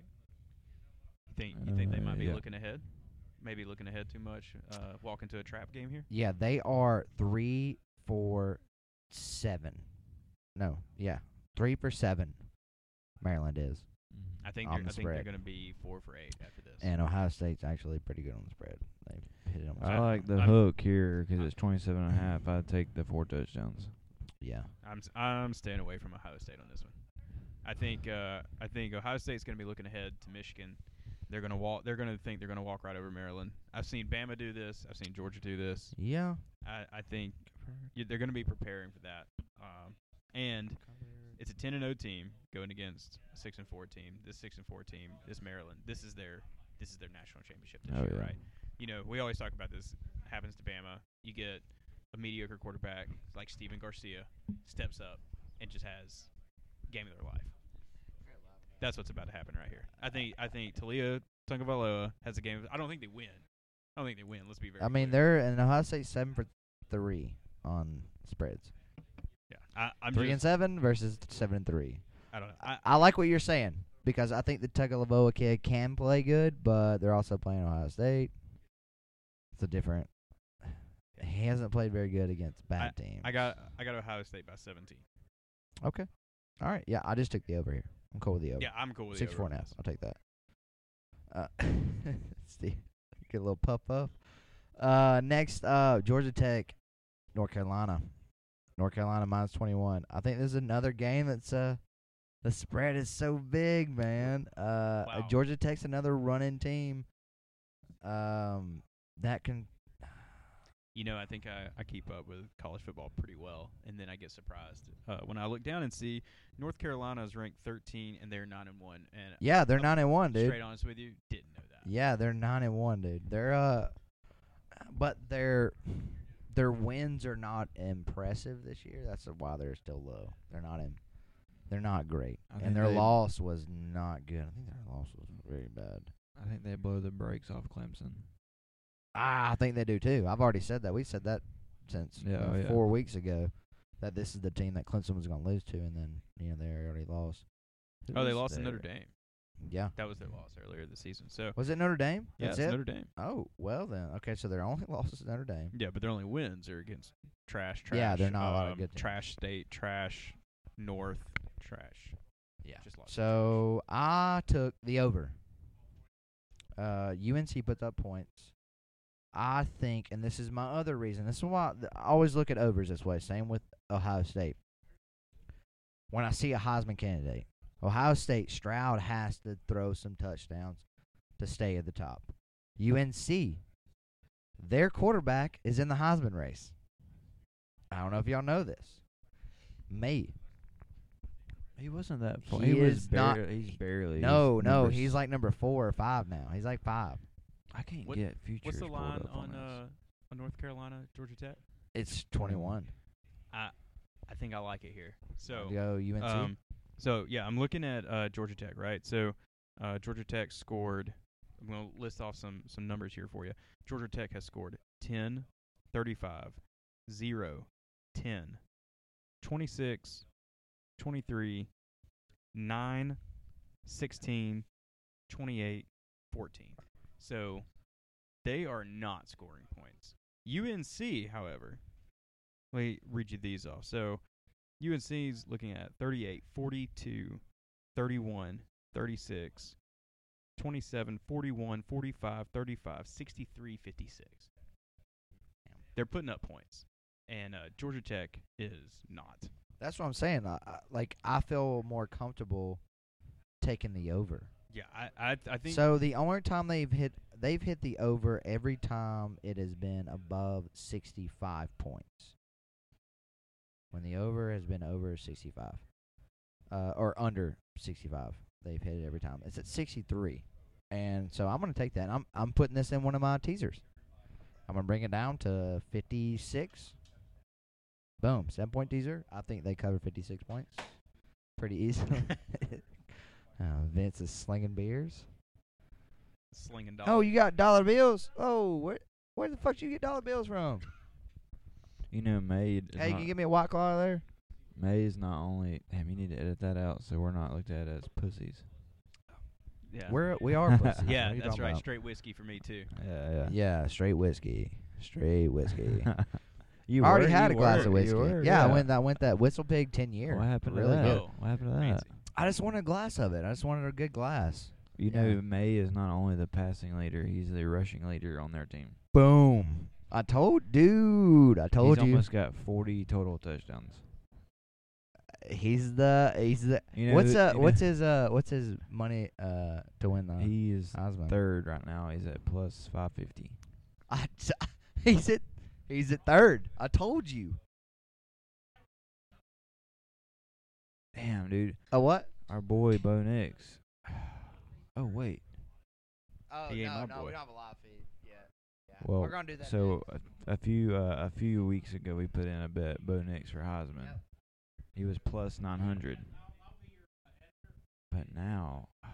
You think you think they
Uh,
might be
yeah.
looking ahead? Maybe looking ahead too much. Uh, walk into a trap game here.
Yeah, they are three for seven. No, yeah, three for seven. Maryland is,
I think
On
they're,
the
I think they're
spread.
going to be four for eight after this.
and Ohio State's actually pretty good on the spread. They hit it on the
I
spread.
like the
I'm-
hook here 'cause it's 27 and a half. I'd take the four touchdowns.
Yeah,
I'm s- I'm staying away from Ohio State on this one. I think uh, I think Ohio State's going to be looking ahead to Michigan. They're going to walk. They're going to think they're going to walk right over Maryland. I've seen Bama do this. I've seen Georgia do this.
Yeah.
I, I think y they're going to be preparing for that. Um, and it's a 10 and 0 team going against a 6 and 4 team. This 6 and 4 team is Maryland. This is their this is their national championship this
Oh,
year,
yeah.
right? You know, we always talk about this. Happens to Bama. You get a mediocre quarterback like Steven Garcia steps up and just has game of their life. That's what's about to happen right here. I think I think Talia Tungavaloa has a game. Of, I don't think they win. I don't think they win. Let's be very.
I mean,
clear.
they're and Ohio State seven for three on spreads.
Yeah, I, I'm
three
just,
and seven versus seven and three.
I don't know. I,
I, I like what you're saying because I think the Tagovailoa kid can play good, but they're also playing Ohio State. It's a different. He hasn't played very good against bad teams.
I got I got Ohio State by 17.
okay. All right. Yeah, I just took the over here. I'm cool with the over.
Yeah, I'm cool with
Six
the
four and
over
a
on
half.
this.
I'll take that. Uh, Steve, get a little puff puff. Uh, next, uh, Georgia Tech, North Carolina, North Carolina minus twenty one. I think this is another game that's uh, the spread is so big, man. Uh, uh,
Wow.
Georgia Tech's another running team. Um, that can.
You know, I think I, I keep up with college football pretty well, and then I get surprised uh, when I look down and see North Carolina is ranked 13 and they're nine and one. And
Yeah, they're
I'm
nine and one, dude.
straight honest with you, didn't know that.
Yeah, they're nine and one, dude. They're uh, but their their wins are not impressive this year. That's why they're still low. They're not in. They're not great,
I think
and their
they-
loss was not good. I think their loss was very bad.
I think they blow the brakes off Clemson.
Ah, I think they do too. I've already said that. We said that since
Yeah,
uh,
oh, yeah.
four weeks ago that this is the team that Clemson was going to lose to, and then you know they already lost. Who
Oh, they
was
lost to Notre
there?
Dame.
Yeah,
That was their loss earlier this season. So
was it Notre Dame?
yeah,
That's
it's
it.
Notre Dame.
oh, well then. Okay, so their only loss is Notre Dame.
Yeah, but their only wins are against trash, trash.
Yeah, they're not a lot of
um,
good teams.
Trash state, trash north, trash.
Yeah.
Just lost to
So I took the over. Uh, UNC puts up points. I think, and this is my other reason. This is why th- I always look at overs this way. Same with Ohio State. When I see a Heisman candidate, Ohio State Stroud has to throw some touchdowns to stay at the top. UNC, their quarterback is in the Heisman race. I don't know if y'all know this. Me,
He wasn't that
far-
far.
he
He, was
is not-
barely. He's barely.
No, no,
number
he's
s-
like number four or five now. He's like five.
I can't
What-
get futures.
What's the
pulled
line
up
on
this.
uh, on North Carolina, Georgia Tech?
It's twenty one.
I think I like it here. So
Go UNC.
Um, so yeah, I'm looking at uh, Georgia Tech, right? So uh, Georgia Tech scored. I'm going to list off some some numbers here for you. Georgia Tech has scored 10, 35, 0, 10, 26, 23, 9, 16, 28, 14. So they are not scoring points. UNC, however, let me read you these off. So UNC's looking at 38, 42, 31, 36, 27, 41, 45, 35, 63, 56. They're putting up points. And uh, Georgia Tech is not.
That's what I'm saying. I, I, like I feel more comfortable taking the over.
Yeah, I I, I think
So the only time they've hit they've hit the over every time it has been above sixty five points. When the over has been over sixty five. Uh, or under sixty five. They've hit it every time. It's at sixty three. And so I'm gonna take that. I'm I'm putting this in one of my teasers. I'm gonna bring it down to fifty six. Boom. Seven point teaser. I think they cover fifty six points. Pretty easily. uh, Vince is slinging beers.
slinging dollars.
Oh, you got dollar bills? Oh, where where the fuck you get dollar bills from?
You know, Made. Is
hey,
not,
can you give me a white claw there?
May is not only. Damn, you need to edit that out so we're not looked at as pussies.
yeah.
We're we are pussies. What
yeah,
are you
that's
talking
right.
about?
Straight whiskey for me too.
Yeah,
Yeah, straight whiskey, straight whiskey.
you
I already
were,
had a
you
glass
were,
of
you
whiskey.
were,
yeah, I went I went that whistle pig ten year.
What happened
really
to
good.
that?
good.
What happened to that?
Fancy.
I just wanted a glass of it. I just wanted a good glass.
You
Yeah.
know, May is not only the passing leader; he's the rushing leader on their team.
Boom. I told dude. I told
he's
you.
almost got 40 total touchdowns.
he's the he's the
You know
what's
who-
uh
you know-
what's his uh what's his money uh to win the
He is
Heisman?
third right now. He's at plus five fifty.
I t- he's at he's at third. I told you.
Damn, dude.
A what?
Our boy Bo Nix. Oh wait.
Oh
He ain't my boy.
have a live feed yet. Yeah.
Well,
gonna do that.
So a, a few uh, a few weeks ago, we put in a bet Bo Nix for Heisman.
Yep.
He was plus nine hundred. But now, I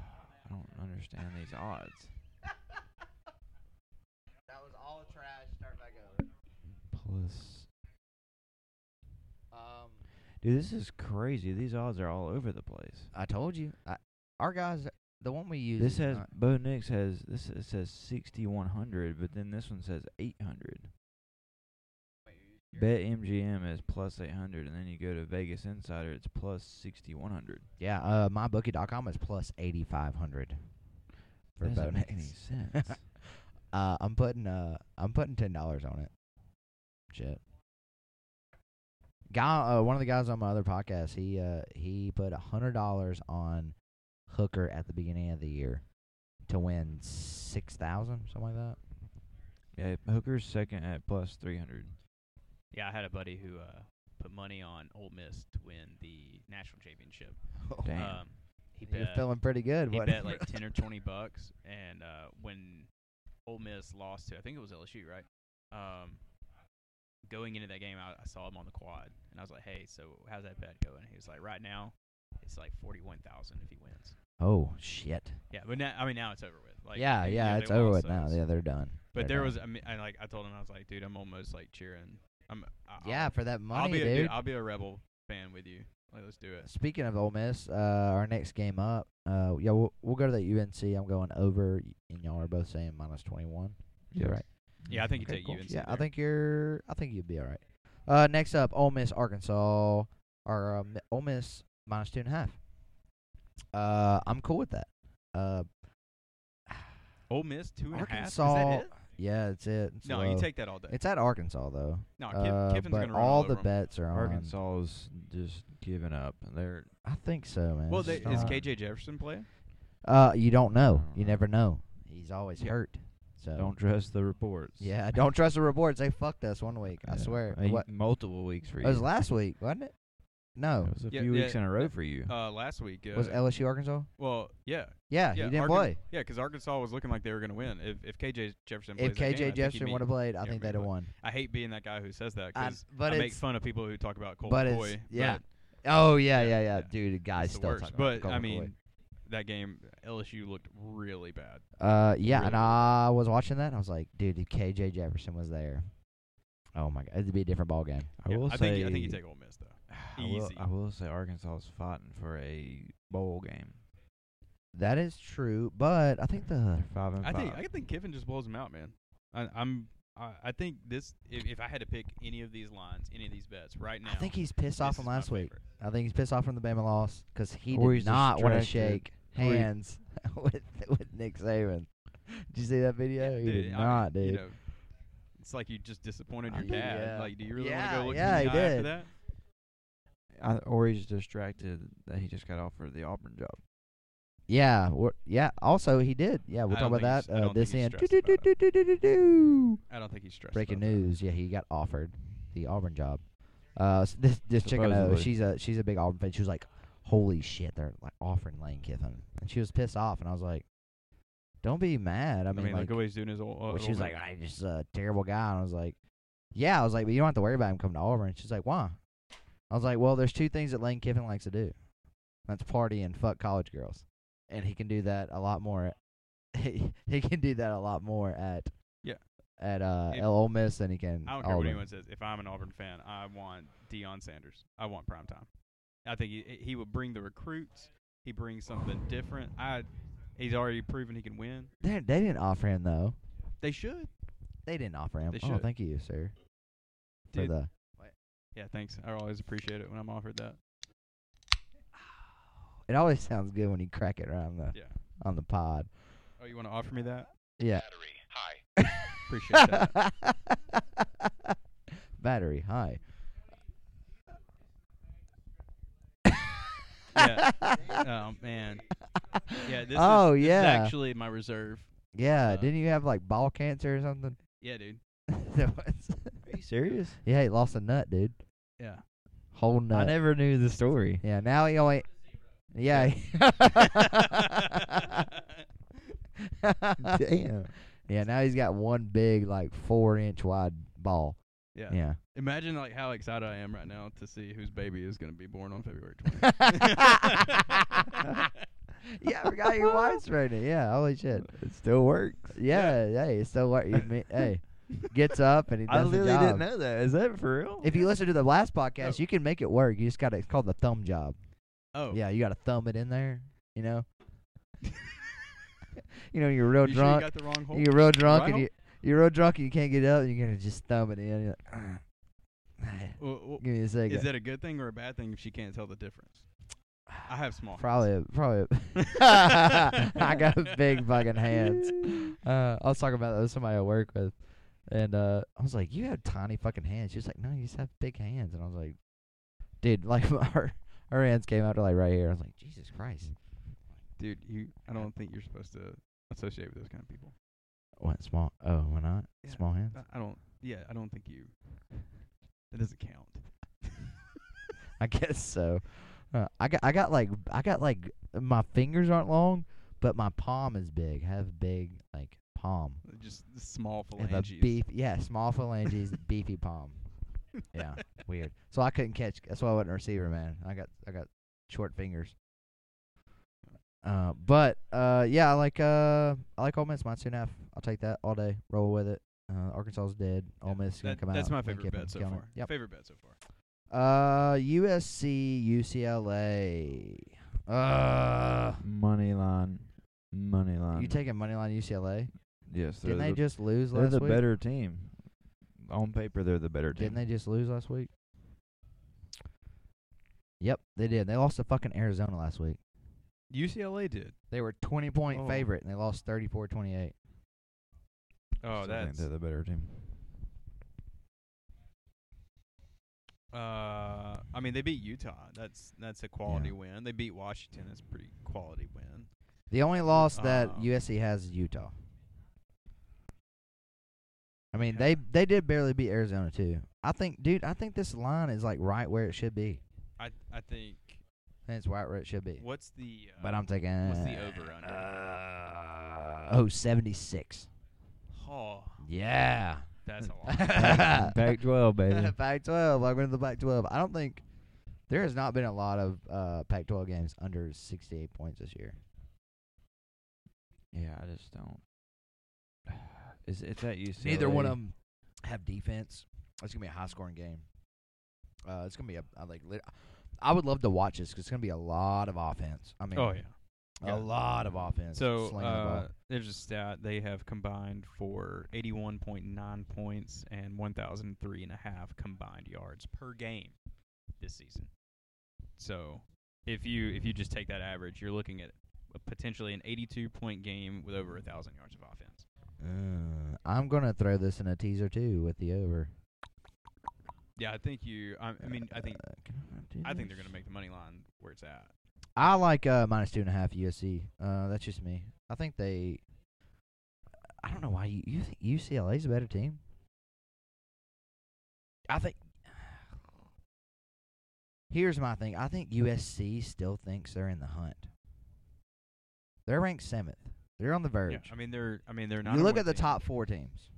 don't understand these odds.
that was all trash. Start back over.
Plus,
Um,
dude, this is crazy. These odds are all over the place.
I told you. I, our guys, the one we use.
This
is
has
uh,
not-
Bo Nix has this it says sixty one hundred, but then this one says eight hundred. Bet MGM is plus eight hundred, and then you go to Vegas Insider, it's plus sixty one hundred.
yeah. Uh, mybookie.com is plus eighty five hundred for
That doesn't
bonus.
make any sense.
Uh, I'm putting uh, I'm putting ten dollars on it. Shit. Guy, uh, one of the guys on my other podcast, he uh, he put a hundred dollars on Hooker at the beginning of the year to win six thousand, something like that.
yeah, Hooker's second at plus three hundred.
Yeah, I had a buddy who uh, put money on Ole Miss to win the national championship.
Damn.
Um, he
You're
bet,
feeling pretty good.
he
wasn't
bet
you?
like ten or twenty bucks, and uh, when Ole Miss lost to, I think it was LSU, right? Um, going into that game, I, I saw him on the quad, and I was like, "Hey, so how's that bet going?" He was like, "Right now, it's like forty-one thousand if he wins."
oh shit.
Yeah, but now, I mean, now it's over with. Like,
yeah,
you know,
yeah,
they
it's over with
lost, so
now.
it's-
Yeah, they're done.
But
They're
there
done.
was, I mean, I, like I told him, I was like, "Dude, I'm almost like cheering." I'm, I, I'll-
yeah for that money,
I'll be
dude.
a dude. I'll be a rebel fan with you. Like, let's do it.
Speaking of Ole Miss, uh, our next game up, uh, yeah, we'll, we'll go to the UNC. I'm going over, and y'all are both saying minus 21. You're right.
Yeah, I think you
Okay,
take
cool.
UNC.
Yeah, I
there.
think you're. I think you'd be all right. Uh, next up, Ole Miss, Arkansas, or um, Ole Miss minus two and a half. Uh, I'm cool with that. Uh,
Ole Miss two and a half.
Arkansas-
Is that it?
yeah, it's it. It's
No,
low.
you take that all day.
It's at Arkansas though.
no, Kif-
Uh,
Kiffin's
but
gonna run
all
over
the
'em.
bets are on.
Arkansas's just giving up. They're
I think so, man. Uh,
Well,
It's
they,
just
is
not-
KJ Jefferson playing?
Uh, you don't know.
I don't
You
know.
never know. He's always
Mm-hmm. Yeah.
hurt. So
don't trust the reports.
Yeah, don't trust the reports. They fucked us one week. I
Yeah.
swear.
Uh, you-
What?
multiple weeks for
It
you.
was last week, wasn't it? No,
It was a
Yeah,
few
yeah,
weeks in a row for you.
Uh, last week. Uh,
was LSU Arkansas?
well, yeah,
Yeah,
yeah,
he didn't
Arkan-
play.
yeah, because Arkansas was looking like they were gonna win. If if KJ Jefferson plays
If
that game, I
KJ
think you
Jefferson
beat-
would have played, I
yeah,
think
we
they'd have
would.
won.
I hate being that guy who says that
I-
because
but
I make
it's-
fun of people who talk about Colt
but
McCoy.
it's- yeah,
but
oh yeah,
Yeah,
yeah, yeah,
yeah.
dude. Guys,
it's the
still
worst.
talking
But
about Colt
I
McCoy.
mean, that game LSU looked really bad.
uh, yeah,
really
and
good.
I was watching that. and I was like, dude, if KJ Jefferson was there, oh my god, it'd be a different ball game.
I
Yeah,
will say.
I think you- I think you take Ole Miss though.
I will,
easy.
I will say Arkansas is fighting for a bowl game.
That is true, but I think the
They're five and
I
five.
think I think Kiffin just blows him out, man. I, I'm I, I think this if, if I had to pick any of these lines, any of these bets right now,
I think he's pissed
this
off
is
from
my
last week.
favorite.
I think he's pissed off from the Bama loss because he
Or
did
he's
not want to shake
distracted. Or he-
hands with with Nick Saban. Did you see that video? he
Dude,
did
I mean,
not, dude.
You know, it's like you just disappointed
I
your
think-
dad.
yeah.
Like, do you really
Yeah,
want to go look
yeah,
him
he
in the eye after
did.
that?
I, or he's distracted that he just got offered the Auburn job.
Yeah, we're, yeah. Also, he did. Yeah, we'll
I
talk
don't
about that
think he's- I
uh, this
don't think he's
end.
stressed about it.
Do-do-do-do-do-do-do.
I don't think he's stressed.
Breaking
about that.
news. Yeah, he got offered the Auburn job. Uh, s- this this chicken, uh,
Supposedly.
she's a she's a big Auburn fan. She was like, "Holy shit, they're like offering Lane Kiffin," and she was pissed off. And I was like, "Don't be mad." I
I
mean,
mean,
like,
look at what he's doing. His old.
well,
old
she was
man.
like, I just a terrible guy. And I was like, yeah. I was like, but you don't have to worry about him coming to Auburn. She's like, why? I was like, well, there's two things that Lane Kiffin likes to do. That's party and fuck college girls, and he can do that a lot more. At, he he can do that a lot more at
Yeah.
at uh
If-
Ole Miss than he can.
I don't care what
Auburn.
anyone says. If I'm an Auburn fan, I want Deion Sanders. I want prime time. I think he he would bring the recruits. He brings something different. I he's already proven he can win.
They, they didn't offer him though.
They should.
They didn't offer him.
They
oh,
should.
thank you, sir,
Dude.
for the.
Yeah, thanks. I always appreciate it when I'm offered that.
It always sounds good when you crack it around the
Yeah.
on the pod.
Oh, you want to offer me that?
Yeah.
Appreciate that.
Battery high.
Yeah. Oh man. Yeah. This
Oh,
is, this is
yeah.
actually my reserve.
yeah,
Uh,
didn't you have like ball cancer or something?
Yeah, dude.
That was-
Are you serious?
yeah, he lost a nut, dude.
Yeah.
Whole nut.
I never knew the story.
Yeah, now he only. Yeah.
Damn.
Yeah, now he's got one big like four inch wide ball.
yeah.
Yeah.
Imagine like how excited I am right now to see whose baby is going to be born on February 20th.
yeah, I forgot your wife's pregnant. Yeah, holy shit.
It still works.
Yeah, hey, it's still what you mean, hey, gets up and he does
I
the
literally
job.
didn't know that. Is that for real?
If you listen to the last podcast, you can make it work. You just got to it's called the thumb job.
Oh.
Yeah, you got to thumb it in there. You know. you know you're real
you sure you
drunk.
got the wrong hole?
you are real drunk
hole?
and you you're real drunk and you can't get up. and You're gonna just thumb it in. You're like, "Ah,
Well, well,
Give me a second.
is that a good thing or a bad thing if she can't tell the difference? I have small. hands.
Probably, probably. I got big fucking hands. Uh, I was talking about that with somebody I work with, and uh, I was like, "You have tiny fucking hands." She was like, "No, you just have big hands." And I was like, "Dude, like our our hands came out to like right here." I was like, "Jesus Christ!"
Dude, you. I don't think you're supposed to associate with those kind of people.
What small? Oh, why not?
Yeah.
Small hands.
I- I don't. Yeah, I don't think you. That doesn't count.
I guess so. Uh, I got I got like I got like my fingers aren't long, but my palm is big. I have big like palm.
Just the small
I have
phalanges.
a beef, yeah, small phalanges, beefy palm. Yeah, weird. So I couldn't catch. That's why I wasn't a receiver, man. I got I got short fingers. Uh, but uh, yeah, I like uh, I like Ole Miss minus two and a half. I'll take that all day. Roll with it. Uh, Arkansas is dead. Ole Miss is gonna
That-
come out.
That's my
Lane
favorite bet
Kiffin's
so
killing it.
far.
Yep.
Favorite bet so far.
Uh, USC UCLA. Uh,
Money line. Money line.
you taking money line UCLA?
Yes.
Didn't
they're
they
the,
just lose
They're
last
the
week?
better team. On paper, they're the better team.
Didn't they just lose last week? Yep, they did. They lost to fucking Arizona last week.
UCLA did.
They were 20 point
Oh.
favorite and they lost 34 28.
Oh,
Still think
that's.
they're the better team.
Uh, I mean, they beat Utah. That's that's a quality win. They beat Washington. That's a pretty quality win.
The only loss that
Oh.
USC has is Utah. I mean,
Yeah.
they they did barely beat Arizona too. I think, dude, I think this line is like right where it should be.
I I think.
I think it's right where it should be.
What's the? Uh,
But I'm taking
what's the over-under?
Uh, oh, 76.
Oh,
Yeah.
that's a lot.
Pac 12, baby.
Pac 12. Welcome to the Pac 12. I don't think there has not been a lot of uh, Pac 12 games under 68 points this year.
Yeah, I just don't. Is it's at UCLA?
Neither one of them have defense. It's going to be a high scoring game. Uh, it's going to be a, I like, lit- I would love to watch this 'cause it's going to be a lot of offense. I mean,
oh yeah.
a
yeah.
lot of offense.
So
slinging the ball.
uh, there's a stat they have combined for 81.9 points and 1,003 and a half combined yards per game this season. So if you if you just take that average, you're looking at a potentially an 82 point game with over a thousand yards of offense.
Uh, I'm going to throw this in a teaser too with the over.
Yeah, I think you. I, I mean, I think
Uh, can do
I think they're
this?
gonna make the money line where it's at.
I like uh, minus two and a half USC. Uh, that's just me. I think they. I don't know why you, you think UCLA's a better team. I think. Here's my thing. I think USC still thinks they're in the hunt. They're ranked seventh. They're on the verge.
Yeah, I mean they're. I mean they're not.
you
a
look
win
at the
team.
top four teams,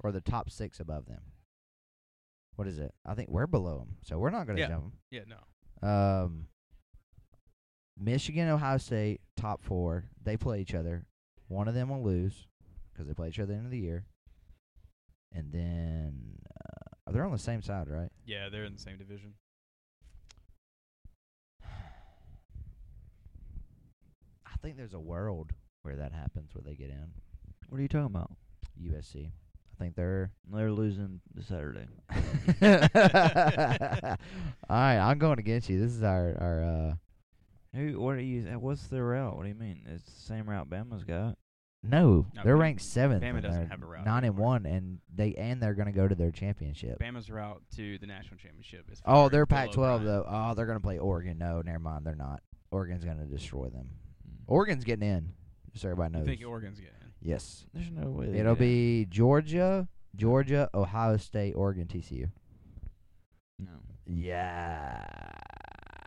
or the top six above them. What is it? I think we're below them, so we're not going to
Yeah.
jump 'em. jump them.
Yeah, no.
Um, Michigan, Ohio State, top four. They play each other. One of them will lose because they play each other end of the year. And then uh, they're on the same side, right?
Yeah, they're in the same division.
I think there's a world where that happens, where they get in
What are you talking about?
USC. I think they're.
They're losing this Saturday.
All right, I'm going against you. This is our our. Uh,
uh, Who? What are you? What's the route? What do you mean? It's the same route Bama's got.
No,
No,
they're
Bama-
ranked seventh.
Bama
and
doesn't
they're
have a route
Nine and
anymore.
one, and they and they're gonna go to their championship.
Bama's route to the national championship is.
Oh,
firing
they're
Bill
Pac-12
O'Brien.
though. Oh, they're gonna play Oregon. No, never mind. They're not. Oregon's gonna destroy them.
Mm.
Oregon's getting in. Just so everybody
You
knows.
think Oregon's getting in?
yes,
There's no way. they
it'll
get it.
be Georgia, Georgia, Ohio State, Oregon, TCU.
no.
Yeah,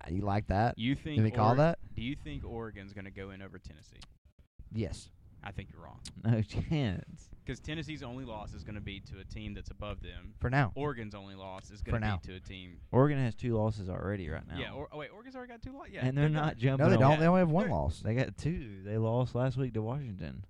you like that?
You think?
Did we call
Ore-
that?
Do you think Oregon's going to go in over Tennessee?
Yes.
I think you're wrong
No chance.
because Tennessee's only loss is going to be to a team that's above them.
For now,
Oregon's only loss is
For
going to
now.
be to a team.
Oregon has two losses already right now.
Yeah. Or, oh wait, Oregon's already got two losses. Yeah.
and they're
done.
not jumping.
no, they
on-
don't.
Yeah.
They only have one
They're-
loss.
They got two. They lost last week to Washington.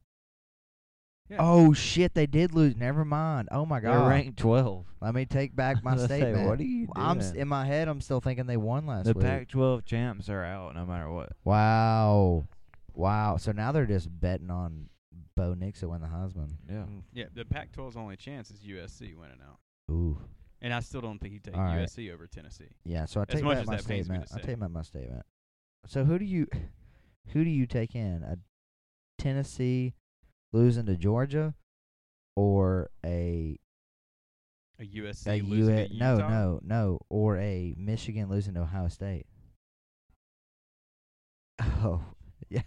Yeah.
Oh shit, they did lose. Never mind. Oh my god.
They're ranked 12.
Let me take back my
I was gonna say,
statement.
what are you
I'm s-
doing?
in my head. I'm still thinking they won last
the
week.
Pac-12 champs are out no matter what.
Wow. Wow. So now they're just betting on Bo Nix to win the Heisman.
Yeah.
Yeah. The Pac-12's only chance is USC winning out,
Ooh.
and I still don't think you take
All right.
USC over Tennessee.
Yeah, so I
As
take
much
back
as
my
that pains me to
statement. I
say.
take back my statement. So who do you who do you take in? A Tennessee losing to Georgia or a
A USC
a
losing
U-
to
no,
Utah?
no, no, or a Michigan losing to Ohio State? Oh. Yeah.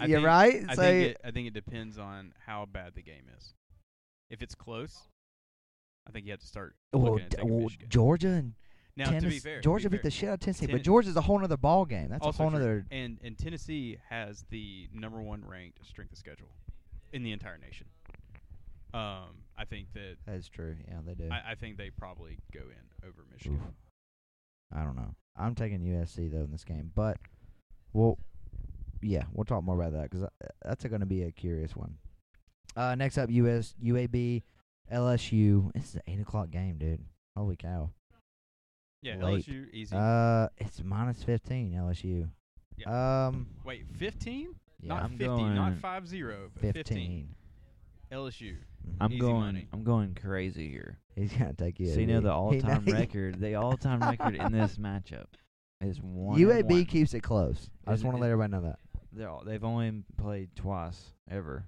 I
You're
think-
right.
I
so
think it, I think it depends on how bad the game is. If it's close, I think you have to start
well,
looking at
d-
taking
well,
Michigan.
Georgia and
Now,
Tennessee,
to be fair,
Georgia
to be
beat
fair,
the shit out of Tennessee,
Ten-
but Georgia's a whole nother ball game. That's
Also
a whole
true.
nother.
and and Tennessee has the number one ranked strength of schedule in the entire nation. Um, I think that
That's true. Yeah, they do.
I, I think they probably go in over Michigan.
Oof. I don't know. I'm taking USC though in this game, but well, yeah, we'll talk more about that because that's going to be a curious one. Uh, next up, US UAB, LSU. This is an eight o'clock game, dude. Holy cow.
Yeah,
Late.
LSU easy.
Uh, it's minus fifteen LSU. Um,
Wait, fifteen?
yeah,
not
I'm
fifty, not
going
five zero, but
15
15. LSU.
Mhm.
I'm
Easy
going.
money.
I'm going crazy here.
He's gonna take you.
so you know the all-time record. The all-time record in this matchup is one. and
UAB
one.
keeps it close. I just
Is-
want to
is-
let everybody know that.
They're all, they've only played twice ever,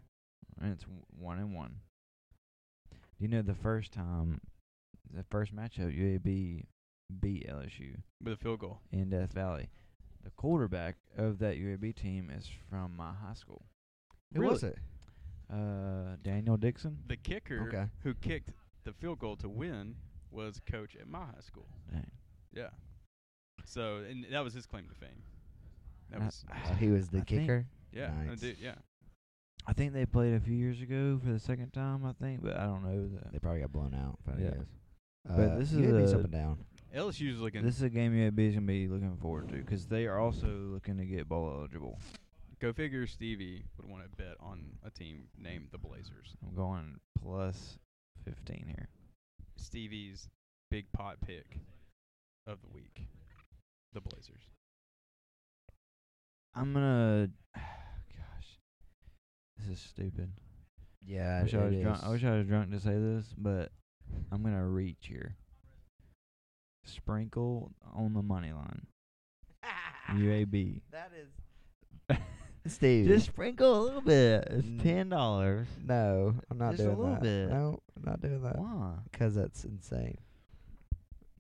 and it's w- one and one. You know, the first time, the first matchup, UAB beat LSU
With a field goal.
in Death Valley. The quarterback of that UAB team is from my high school.
Who
Really?
was it?
Uh, Daniel Dixon.
The kicker
Okay.
who kicked the field goal to win was a coach at my high school.
Dang.
Yeah. So and that was his claim to fame. That
Uh,
was
Oh, he was the
I think-
kicker.
yeah,
nice.
dude, yeah.
I think they played a few years ago for the second time. I think, but I don't know that.
They probably got blown out. If I
Yeah.
yeah. guess.
But
Uh,
this is
UAB's
a-
up and down.
LSU's looking
This is a game UAB is gonna be looking forward to because they are also looking to get bowl eligible.
go figure Stevie would want to bet on a team named the Blazers.
I'm going plus fifteen here.
Stevie's big pot pick of the week. The Blazers.
I'm gonna. Gosh, this is stupid.
Yeah,
I wish I was drunk. I wish I was drunk to say this, but I'm gonna reach here. Sprinkle on the money line. UAB.
that is Steve.
Just sprinkle a little bit. It's
Mm.
ten dollars.
no, I'm not
just a
doing
little
that.
bit.
No, I'm not doing that
Why?
because that's insane.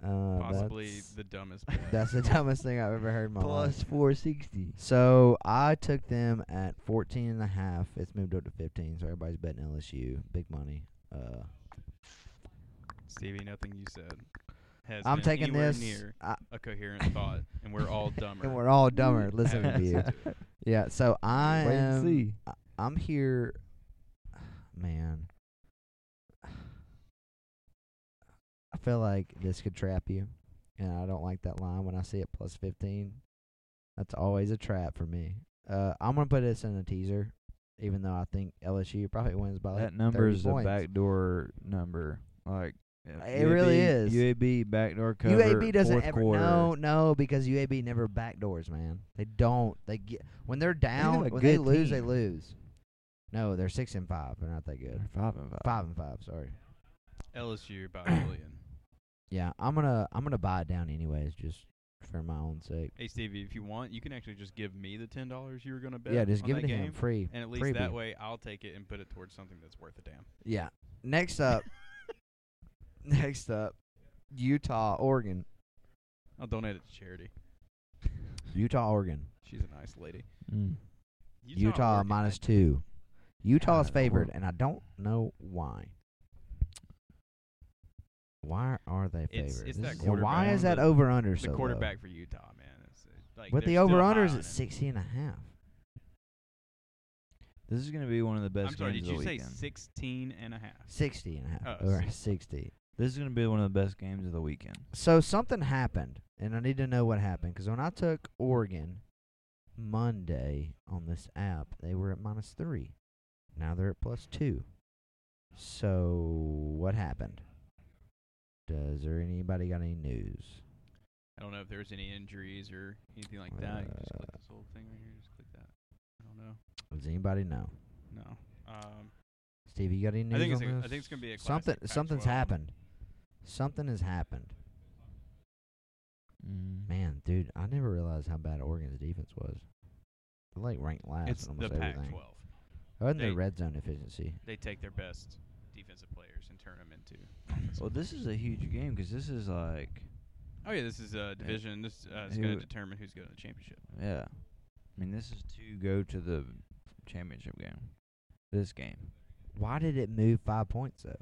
Uh,
Possibly
that's,
the dumbest. bet.
that's the dumbest thing I've ever heard in my life.
Plus four sixty.
So I took them at 14 and a half. It's moved up to 15, so everybody's betting LSU. Big money. Uh,
Stevie, nothing you said has
I'm
been
taking
anywhere
this.
near
I,
a coherent thought, and we're all dumber.
and we're all dumber listening to you. Yeah, so I
Wait
am.
and see.
I- I'm here, man. I feel like this could trap you, and I don't like that line when I see it plus fifteen. That's always a trap for me. Uh, I'm gonna put this in a teaser, even though I think LSU probably wins by like
that number
30
is a
points.
backdoor number. Like
It really is.
UAB backdoor cover.
UAB doesn't
fourth
ever
quarter.
no no because UAB never backdoors man they don't they get when they're down
a
when they
good
lose they
team.
lose no they're six and five they're not that good
They're Five and five.
five and five sorry
LSU by a million.
Yeah, I'm gonna I'm gonna buy it down anyways, just for my own sake.
Hey Stevie, if you want, you can actually just give me the ten dollars you were gonna bet.
Yeah, just
on
give it
that
to
game,
him free.
and at least
freebie.
that way I'll take it and put it towards something that's worth a damn.
Yeah. Next up,
Next up, Utah, Oregon.
I'll donate it to charity.
Utah, Oregon.
She's a nice lady.
Mm.
Utah,
Oregon,
minus two. Utah is
God, Oregon.
favored, and I don't know why. Why are they favored?
It's- it's
This
that
is- and why
quarterback.
is that over under
the
so low?
quarterback for Utah, man. It's, uh, like
But the
they're still
over under
high
is
on
at
him.
sixty and a half.
This is gonna be one of the best
I'm sorry,
games
did you
of the
say
weekend.
sixteen and a half?
Sixty and a half.
Oh,
or
six-
sixty.
This is gonna be one of the best games of the weekend.
So something happened, and I need to know what happened because when I took Oregon Monday on this app, they were at minus three. Now they're at plus two. So what happened? Does there anybody got any news?
I don't know if there's any injuries or anything like that. You can just click
Uh,
this little thing right here. Just click that. I don't know.
Does anybody know?
No. Um,
Steve, you got any news
I think it's
on
a, I
this?
think it's gonna be a classic
something.
Pac-12.
Something's happened. Something has happened.
Mm.
Man, dude, I never realized how bad Oregon's defense was. They're like ranked last
It's
in
the
almost everything.
Pac-12.
Other than their
They-
red zone efficiency.
They take their best defensive players and turn them into.
Well, this is a huge game because this is like,
Oh yeah, this is a division. This uh, is
Who-
going to determine who's going to the championship.
yeah. I mean, this is to go to the championship game. This game.
Why did it move five points though?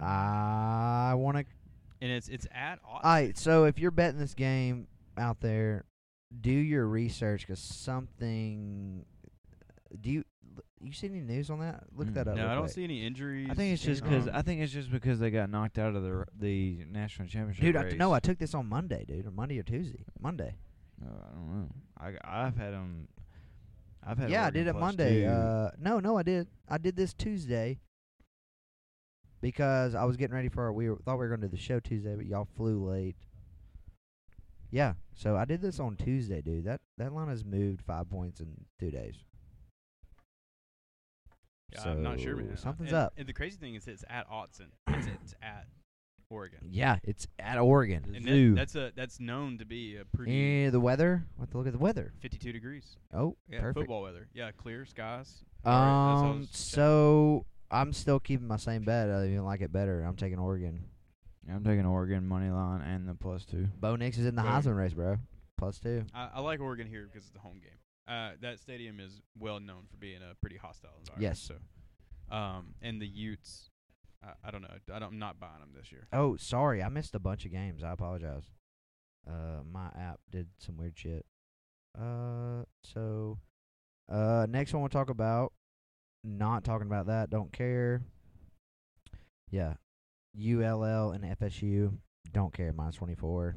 I want to.
And it's it's at Austin.
All right, so if you're betting this game out there, do your research because something. Do you you see any news on that? Look
Mm.
that up.
Hmm, no,
real
I don't
quick.
see any injuries.
I think it's just
Um,
because I think it's just because they got knocked out of the r- the national championship.
Dude,
race.
I, no, I took this on Monday, dude, or Monday or Tuesday. Monday.
Uh, I don't know. I g- I've had them. I've had.
yeah, I
Oregon
did it
plus
Monday.
two.
Uh, no, no, I did. I did this Tuesday because I was getting ready for our. We were, thought we were going to do the show Tuesday, but y'all flew late. Yeah, so I did this on Tuesday, dude. That that line has moved five points in two days.
Yeah, I'm not sure. Man.
So, something's
And-
up.
And the crazy thing is, it's at Austin. It's, it's at Oregon.
Yeah, it's at Oregon.
And
Zoo.
that, that's a that's known to be a pretty
Eh, the weather. I have to look at the weather.
52 degrees.
Oh,
Yeah,
perfect.
football weather. Yeah, clear skies. Alright, that's all I
Um,
was checking.
so I'm still keeping my same bet. I even like it better. I'm taking Oregon.
I'm taking Oregon money line and the plus two.
Bo Nix is in the
Boom.
Heisman race, bro. Plus two.
I, I like Oregon here because it's a home game. Uh, that stadium is well known for being a pretty hostile environment.
Yes.
So, um, and the Utes, I, I don't know. I don't, I'm not buying them this year.
Oh, sorry, I missed a bunch of games. I apologize. Uh, my app did some weird shit. Uh, so, uh, next one we'll talk about. Not talking about that. Don't care. Yeah, ULL and FSU. Don't care. Minus twenty four.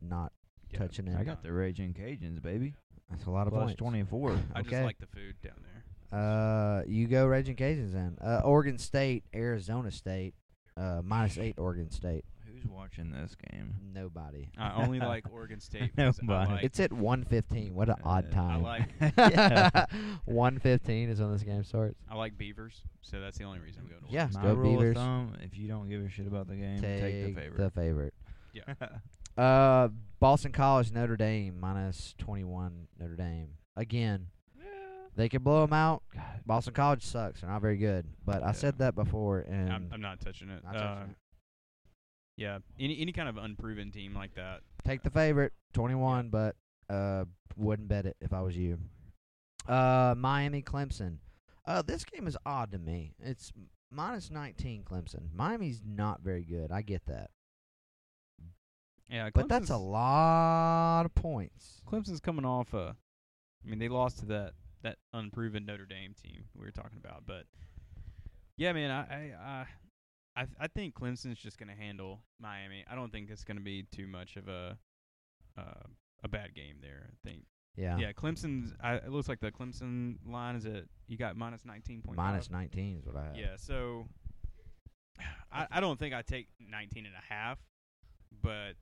Not
Yeah,
touching it.
I got the Raging Cajuns, baby.
That's a lot of
Plus
points.
twenty four.
I
okay.
just like the food down there.
Uh, you go Raging Cajuns then. Uh, Oregon State, Arizona State. Uh, minus eight. Oregon State.
Who's watching this game?
Nobody.
I only like Oregon State.
No,
because I
but
like,
It's at 1:15. What an odd
I
time.
like
1:15 is when this game starts.
I like Beavers, so that's the only reason I'm going to.
Yeah.
Oregon.
My
Go
rule
Beavers.
of thumb: if you don't give a shit about the game, take, the favorite.
Uh, Boston College, Notre Dame minus 21. Notre Dame again. They can blow them out.
God.
Boston College sucks. They're not very good. But I said
Yeah.
that before,
State.
and
I'm, I'm not touching it.
not touching
Uh,
it.
Yeah, any any kind of unproven team like that.
take the favorite 21 but uh wouldn't bet it if i was you uh miami clemson uh this game is odd to me it's m- minus 19 clemson miami's not very good i get that
Yeah,
but that's a
Clemson's-
lot of points
Clemson's coming off a. I mean, they lost to that that unproven Notre Dame team we were talking about, but yeah, man, I uh, I I, I, I think Clemson's just going to handle Miami. I don't think it's going to be too much of a uh, a bad game there. I think.
yeah,
Yeah, Clemson's. I, it looks like the Clemson line is at you got minus nineteen point.
minus 19 is what i have
Yeah, so I, I don't think I take 19 and a half, but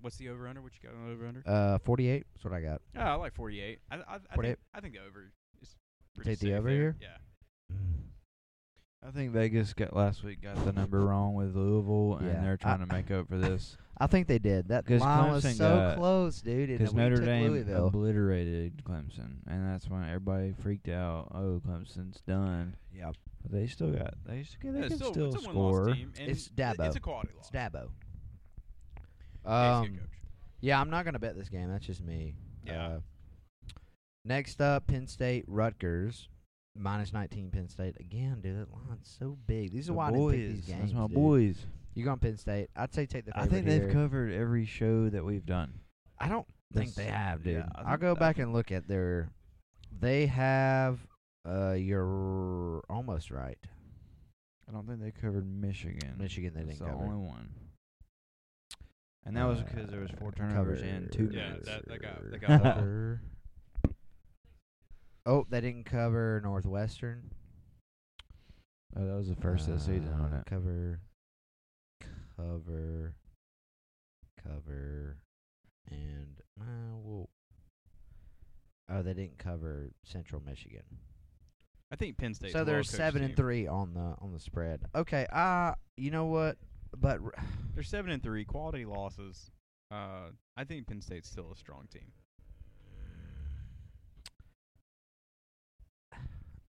what's the over under? What you got on over under?
uh 48 is what i got
Oh, I like 48. I, I, I,
48.
Think, I think the over is pretty
Take the
safe
over
there.
here?
Yeah.
I think Vegas got last week got the number wrong with Louisville,
Yeah,
and they're
I-
trying to make up for this
I think they did. That
'Cause
line was
Clemson
so
got-
close, dude. And
because
then we
Notre
took
Dame
Louisville.
obliterated Clemson, and that's when everybody freaked out. Oh, Clemson's done,
Yeah,
but they still got they, still, they
Yeah,
can
it's still,
still
it's a
score.
One-loss team, and
It's
it- It's
Dabo.
a quality loss.
it's Dabo.
Yeah, he's a
Um,
good coach.
yeah, I'm not gonna bet this game. That's just me.
Yeah.
Uh, next up, Penn State Rutgers minus 19. Penn State again, dude. That line's so big. These
The
are why I didn't pick
boys,
these games.
that's my
dude.
boys.
You going Penn State? I'd say take the.
I think
favorite
they've
here.
covered every show that we've done.
I don't think they
That's-
have, dude.
yeah, I
I'll
think
go
that-
back and look at their. They have. Uh, you're almost right.
I don't think they covered Michigan.
Michigan, they
That's
didn't
the
cover.
only one. And that was because there was four turnovers and two
covered. Yeah,
minutes.
that- that got- that
got
cover. Oh, they didn't cover Northwestern.
oh, that was the first of the season on
Uh,
it.
Cover, cover, cover, and uh, well, oh, they didn't cover Central Michigan.
I think Penn State.
so they're seven and three on the on the spread. Okay, uh you know what? But r-
They're seven and three. Quality losses. Uh, I think Penn State's still a strong team.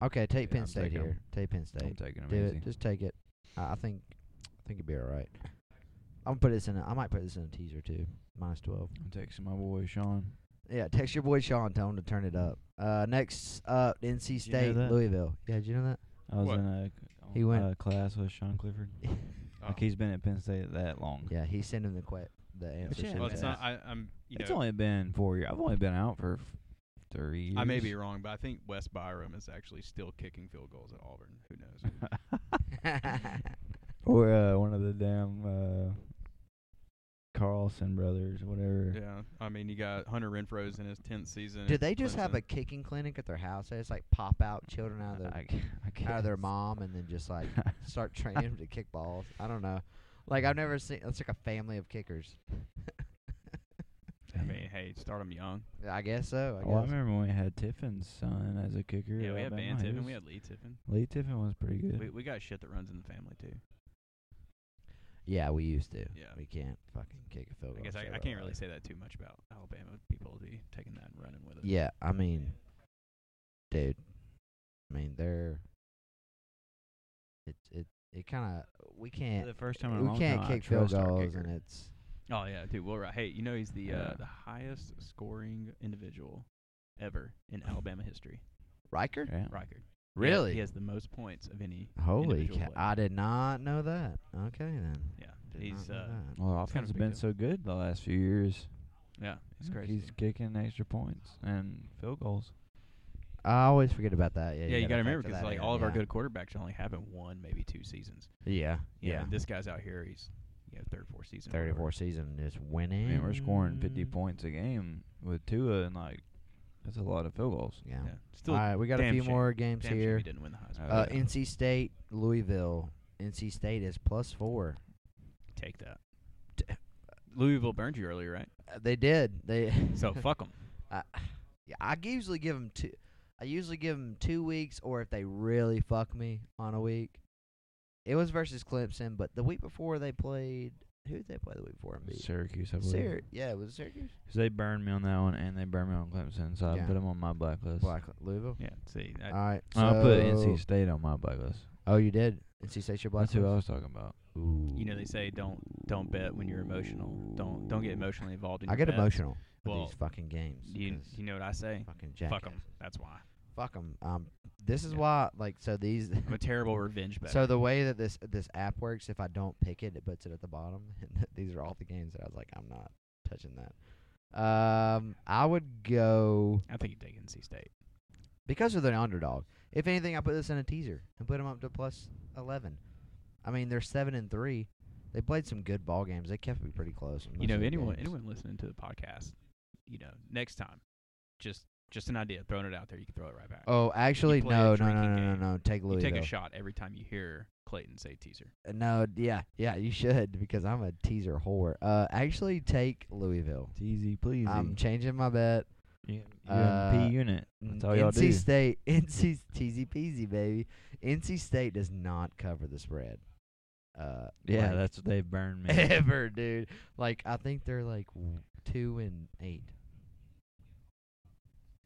okay, take
Yeah,
Penn
I'm
State
taking 'em.
here. Take Penn
I'm
State.
taking them
Do
easy.
it. Just take it. I I think I think it'd be all right. I'm gonna put this in. A, I might put this in a teaser too. Minus twelve.
I'm texting my boy Sean.
Yeah, text your boy Sean. Tell him to turn it up. Uh, next up, NC
you know
State,
that?
Louisville. Yeah, did you know
I was
What?
in a
He went-
uh, class with Sean Clifford.
that?
Oh.
Like he's been at Penn State that long.
yeah, he sent him the que- the answer.
yeah,
soon
well, it's
as.
not. I, I'm. You
it's
know,
only been four years. I've only been out for f- three years.
I may be wrong, but I think Wes Byram is actually still kicking field goals at Auburn. Who knows?
or uh, one of the damn uh, Carlson brothers, whatever.
yeah. I mean, you got Hunter Renfro's in his tenth season.
Do
at
they just have a
Clemson.
kicking clinic at their house? They just like pop out children out of their
I, g- I guess.
out of their mom and then just like start training them to kick balls. I don't know. Like I've never seen. It's like a family of kickers.
I mean, hey, start them young.
I guess so. Oh, I
Well, I
guess.
remember when we had Tiffin's son as a kicker.
Yeah,
at
we had Van
Alabama. He
Tiffin.
was-
We had Lee Tiffin.
Lee Tiffin was pretty good.
We we got shit that runs in the family too.
yeah, we used to.
Yeah.
We can't fucking kick a field goal.
I guess
so
I, I
well,
can't really
like-
say that too much about Alabama. People will be taking that and running with it.
Yeah, I mean, dude, I mean they're it it it kind of we
For
can't
the first time in a
we
long
can't
time, I
kick field
trust our
goals
kicker.
and it's
Oh yeah, dude. Will Wright. Hey, you know he's the uh,
Yeah.
the highest scoring individual ever in Alabama history.
Riker.
Yeah.
Riker. He has-
Really?
He has the most points of any.
Holy
individual
cow!
player.
I did not know that. Okay then.
Yeah.
Did
He's
not
uh.
know that.
Well,
It's kind
offense has
of a big
been
deal.
so good the last few years.
Yeah. It's crazy.
He's kicking extra points and field goals.
I always forget about that. Yeah,
yeah, you got to
gotta
remember
factor
because
that
like
in,
all of our
yeah.
good quarterbacks only have in one, maybe two seasons.
Yeah,
You know,
yeah.
this guy's out here. He's you know third, fourth season. or whatever.
Thirty-four season is
I
winning.
mean, we're scoring 50
Mm. Mm-hmm.
points a game with Tua, and like, that's a lot of field goals.
Yeah.
Yeah. Still.
all right, we got a
damn
few
shame.
more games
Damn shame
here.
he didn't win the Heisman.
Uh,
Uh,
yeah.
NC State, Louisville. NC State is plus four.
Take that. Louisville burned you earlier, right?
Uh, They did. They
So fuck them.
Yeah, I g- usually give them two. I usually give them two weeks, or if they really fuck me on a week. It was versus Clemson, but the week before they played. Who did they play the week before? And beat?
Syracuse, I believe.
Syr- yeah, it was Syracuse.
'Cause they burned me on that one, and they burned me on Clemson, so
Yeah.
I put them on my blacklist.
Black Louisville.
Yeah. See, I,
All right,
I put
so-
NC State on my blacklist.
Oh, you did. NC State's your black.
That's who I was talking about.
you know they say don't don't bet when you're emotional. Don't don't get emotionally involved in.
I
your
get
bets.
emotional with
Well,
these fucking games.
Do you, do
'cause
you know what I say?
fucking
Fuck
jackasses.
them. That's why
Fuck 'em. Um, this is
Yeah.
why. Like, so these.
I'm a terrible revenge bet.
So the way that this this app works, if I don't pick it, it puts it at the bottom. And these are all the games that I was like, I'm not touching that. Um, I would go
I think you take NC State.
because of the underdog. If anything, I put this in a teaser and put them up to plus eleven. I mean, they're seven and three. They played some good ball games. They kept it pretty close. in
You
most of
know,
the
anyone
games.
anyone listening to the podcast, you know, next time, just just an idea, throwing it out there, you can throw it right back.
Oh, actually,
play a
no, no, no, no,
drinking
no,
game.
no. Take
you
Louisville.
take a shot every time you hear Clayton say teaser.
Uh, No, d- yeah, yeah, you should because I'm a teaser whore. Uh, actually, take Louisville.
It's easy, please.
I'm changing my bet.
You, you
Uh,
P unit. That's all y'all
NC
do.
State, NC teasy peasy baby. NC State does not cover the spread. Uh,
yeah,
like,
that's what they burned me.
ever, dude. Like I think they're like w- two and eight.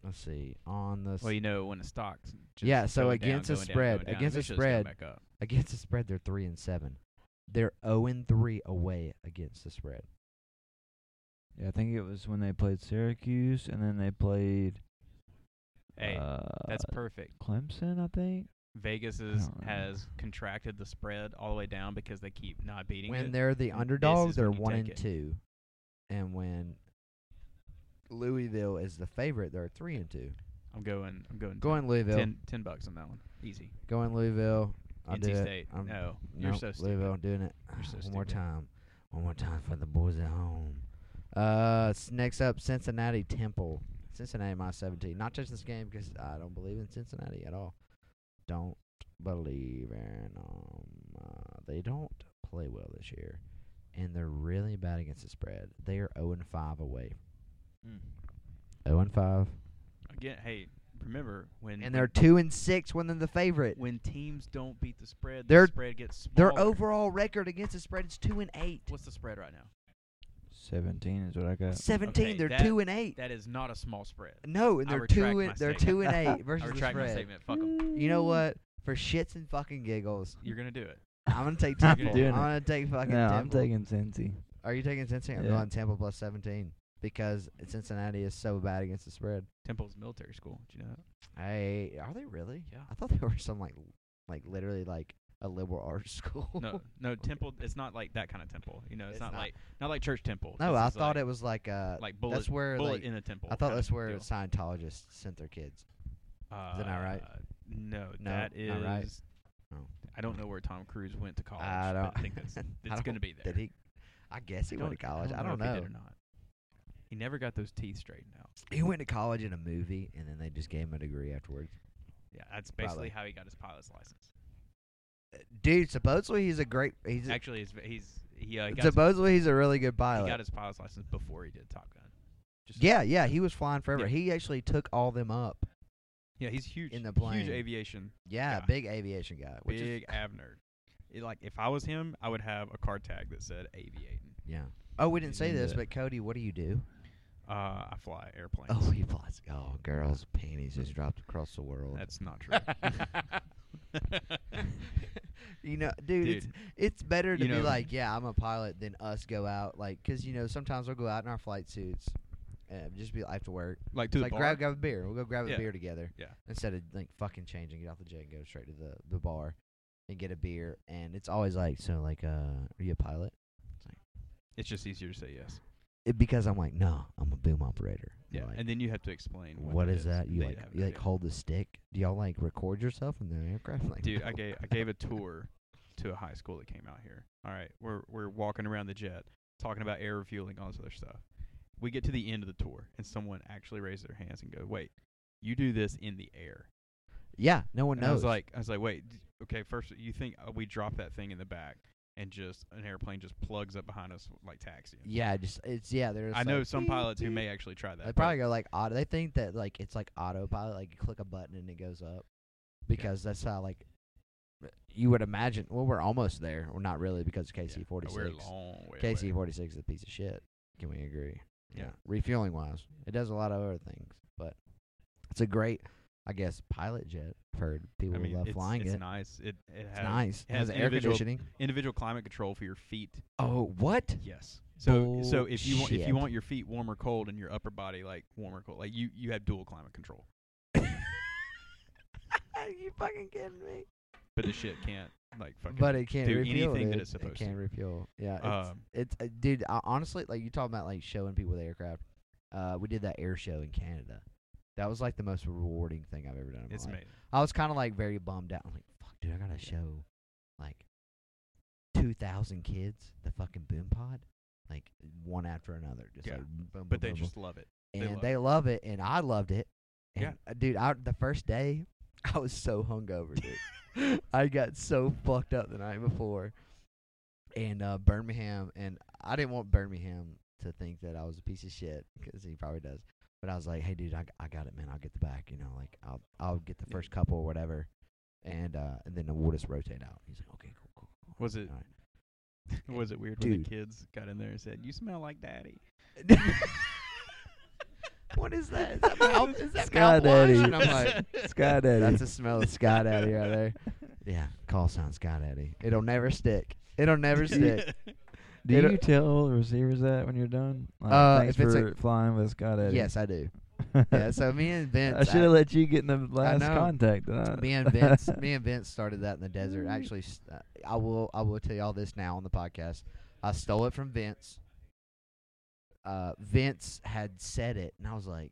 Let's see on the s-
Well, you know when the stocks. Just
Yeah, so
going down,
against a
going down,
spread-
going down,
against a
eventually it's gonna
spread-
Back up.
against the spread they're three and seven. They're zero and three away against the spread.
yeah, I think it was when they played Syracuse, and then they played.
Hey,
uh,
that's perfect.
Clemson, I think.
Vegas is,
don't know.
has contracted the spread all the way down because they keep not beating
When
it.
they're the
this
underdog,
is
they're
when you
one
take
and
it.
two, and when Louisville is the favorite, they're three and two.
I'm going. I'm going.
Going Louisville.
ten, ten, ten bucks on that one. Easy.
Going Louisville. I'll do
NC
it.
State.
I'm-
no, you're
Nope,
so stupid.
Louisville, I'm doing it.
You're so
One more
stupid.
time. One more time for the boys at home. Uh, s- next up, Cincinnati Temple. Cincinnati minus 17. Not touching this game because I don't believe in Cincinnati at all. Don't believe in 'em. Uh, they don't play well this year, and they're really bad against the spread. They are 0 and 5 away. mm. 0 and 5,
Again, hey, remember when
and they're 2 and 6 when they're the favorite.
when teams don't beat the spread,
They're-
the spread gets smaller.
Their overall record against the spread is 2 and 8.
What's the spread right now?
Seventeen is what I got.
17,
Okay,
they're
that-
2 and 8.
That is not a small spread.
No, and
I
they're
retract
two.
my
And, they're two and
statement.
eight
I
versus the
retract my
spread. Mm.
statement. Fuck 'em.
You know what? For shits and fucking giggles,
You're gonna do it.
I'm gonna take
I'm
Temple. I'm,
doing it.
gonna take fucking.
no,
Temple.
I'm taking Cincy.
Are you taking Cincinnati? I'm
Yeah.
going Temple plus 17 because Cincinnati is so bad against the spread.
Temple's military school. Do you know that?
Hey, are they really?
Yeah.
I thought they were some like, l- like literally like a liberal arts school.
No, no. Temple. It's not like that kind of temple. You know, it's,
It's
not,
not.
like not like church temple.
No,
This
I
is
thought
like,
it was like uh.
like bullet.
that's where
bullet
like,
in a temple.
I thought
kind
that's
of
where
deal.
Scientologists sent their kids.
Uh,
that not right?
No,
No,
that is.
not right. Oh.
I don't know where Tom Cruise went to college.
I
but
don't
I Oh, think that's, it's going to be there.
Did he? I guess he
I
went to
don't-
college. I don't
if
know.
He did or not. He never got those teeth straightened out.
He went to college in a movie, and then they just gave him a degree afterwards.
Yeah, that's
Probably.
basically how he got his pilot's license.
Dude, supposedly he's a great. He's a,
Actually, he's he's he, uh, got, his,
supposedly he's a really good
he
pilot.
got his pilot's license before he did Top Gun. Just
yeah, yeah, he was flying forever. He actually took all them up.
yeah, he's huge
in the
Huge
plane.
aviation,
Yeah,
Yeah.
big aviation guy. Which
big
Is,
av nerd. It, like if I was him, I would have a car tag that said aviating.
yeah. Oh, we didn't
He's
say
into
this,
it.
but Cody, what do you do?
Uh, I fly airplanes.
Oh, he flies. Oh, girls' panties just dropped across the world.
that's not true.
you know, dude,
Dude,
it's it's better to
you
be
know-
like, yeah, I'm a pilot, than us go out like, cause you know sometimes we'll go out in our flight suits, and just be like, I have to work.
like to the
like
bar.
grab grab a beer. We'll go grab a
Yeah.
beer together.
Yeah.
Instead of like fucking changing, get off the jet and go straight to the, the bar and get a beer. And it's always like, so like, uh, are you a pilot?
it's just easier to say yes.
It, because I'm like, no, I'm a boom operator.
Yeah,
Like,
and then you have to explain what,
what
it
is that? You
They
like
have
you
no
like
idea.
hold the stick? Do y'all like record yourself in the aircraft? I'm Like,
Dude, I
no.
gave I gave a tour to a high school that came out here. All right, we're we're walking around the jet, talking about air refueling, all this other stuff. We get to the end of the tour, and someone actually raised their hands and go, "Wait, you do this in the air?"
Yeah, no one
And
knows.
I was like, "I was like, wait, d- okay. First, you think uh, we drop that thing in the back, and just an airplane just plugs up behind us like taxi?"
yeah, just it's yeah. There's
I know
like,
some
beep,
pilots who
beep.
may actually try that.
They
but
probably go like auto. They think that like it's like autopilot. Like you click a button and it goes up, because that's how like you would imagine. Well, we're almost there. Well, not really because
yeah,
KC forty
We're
six.
a long way. away.
KC forty six is a piece of shit. Can we agree?
Yeah.
Refueling wise, it does a lot of other things, but it's a great, I guess, pilot jet. I've heard people
I mean,
love
it's,
flying
it's
it.
nice. It it
it's
has
nice.
it
has
has
air
individual-
conditioning.
individual climate control for your feet.
Oh, what?
Yes. So so if you want if
Bullshit.
you want your feet warm or cold and your upper body like warm or cold, like you you have dual climate control,
you fucking kidding me?
but the shit can't like fucking.
but it can't
do
refuel,
anything that
dude.
it's supposed
it
to.
can't refuel. Yeah, it's,
Um,
it's uh, dude. I, honestly, like you talking about like showing people the aircraft. Uh, we did that air show in Canada. That was like the most rewarding thing I've ever done. In my
it's
life.
amazing.
I was kind of like very bummed out. I'm like, fuck, dude, I gotta show like two thousand kids the fucking boom pod, like one after another. Just
Yeah,
like, boom, boom,
But they
boom, boom
just love it. They
and
love
they love it, and I loved it. And,
Yeah.
uh, dude, I, the first day I was so hungover, dude. I got so fucked up the night before, and uh, Birmingham, and I didn't want Birmingham to think that I was a piece of shit because he probably does. But I was like, hey, dude, I, g- I got it, man. I'll get the back. You know, like I'll I'll get the first couple or whatever, and uh, and then we'll just rotate out. He's like, okay, cool, cool. cool.
Was it-
All right.
Was it weird when
Dude.
the kids got in there and said, "You smell like daddy"?
What is that? Is that mouth- is that
Sky Daddy.
mouthwash? And I'm like,
Sky Daddy.
That's a smell of Sky Daddy right there. Yeah, call sign Sky Daddy. It'll never stick. It'll never stick.
Do
It'll-
you tell all the receivers that when you're done? Like,
Uh,
thanks
if it's a-
for flying with Scott Eddie.
yes, I do. Yeah, so me and Vince.
I should have let you get in the last
know.
contact. uh,
me and Vince, me and Vince started that in the desert. Actually, s- uh, I will, I will tell y'all this now on the podcast. I stole it from Vince. Uh, Vince had said it, and I was like,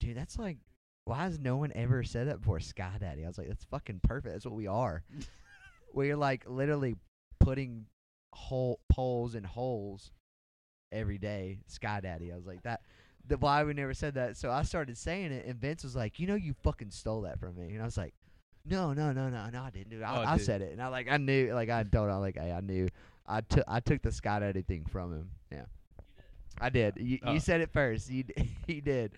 "Dude, that's like, why has no one ever said that before?" Sky Daddy. I was like, "That's fucking perfect. That's what we are. We're like literally putting hole poles in holes every day." Sky Daddy. I was like that. The, why we never said that? So I started saying it, and Vince was like, "You know, you fucking stole that from me," and I was like. No, no, no, no, no! I didn't do it. I,
Oh,
I
dude.
said it, and I like I knew, like I told, I like I, I knew, I took I took the Scott Eddy thing from him. Yeah, I did. You,
Oh.
you said it first. You d- he did.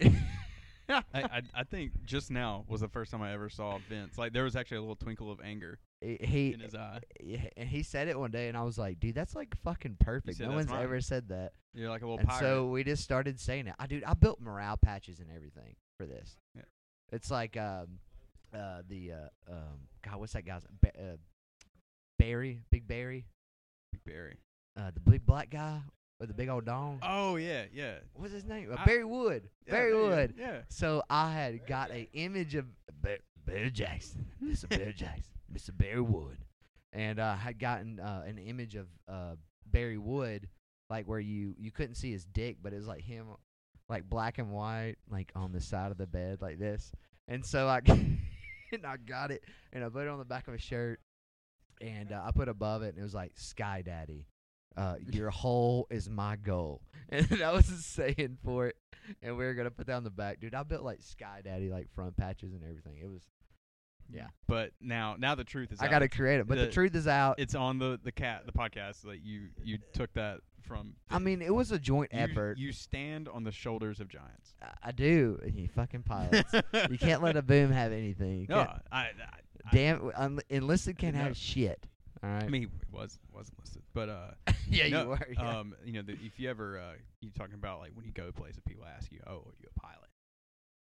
I, I I think just now was the first time I ever saw Vince. Like there was actually a little twinkle of anger
He- He
in his eye.
yeah, and he said it one day, and I was like, dude, that's like fucking perfect.
said
No
that's
one's
mine.
ever said that.
You're like a little
and
pirate.
so we just started saying it. I dude, I built morale patches and everything for this.
Yeah.
It's like um, uh, the uh, um, God, what's that guy's ba- uh, Barry, Big Barry,
Barry.
uh, the big black guy with the big old dong.
Oh yeah, yeah.
what's his name? Uh,
I-
Barry Wood.
Yeah,
Barry
there you go.
Wood.
Yeah.
So I had got a image of Ba- Barry Jackson, Mr. Barry Jackson, Mr. Barry Wood, and uh, had gotten uh, an image of uh, Barry Wood, like where you you couldn't see his dick, but it was like him, like black and white, like on the side of the bed, like this. And so I and I got it, and I put it on the back of a shirt, and uh, I put above it, and it was like Sky Daddy. Uh, your hole is my goal, and that was the saying for it and we were gonna put that on the back, dude. I built like Sky Daddy like front patches and everything. It was Yeah.
But now now the truth is
I
out.
gotta create it, but the,
the-
truth is out.
it's on the the cat the podcast that you you took that from
I mean, it was a joint
you,
effort.
you stand on the shoulders of giants.
I- I do. You fucking pilots. you can't let a boom have anything. You
No,
can't,
I, I, I
damn, un- enlisted can't
No.
have shit. All right.
I mean, he was wasn't listed, but uh,
yeah,
no,
you are. Yeah.
Um, you know, the, if you ever uh, you talking about like when you go to places, people ask you, "Oh, are you a pilot?"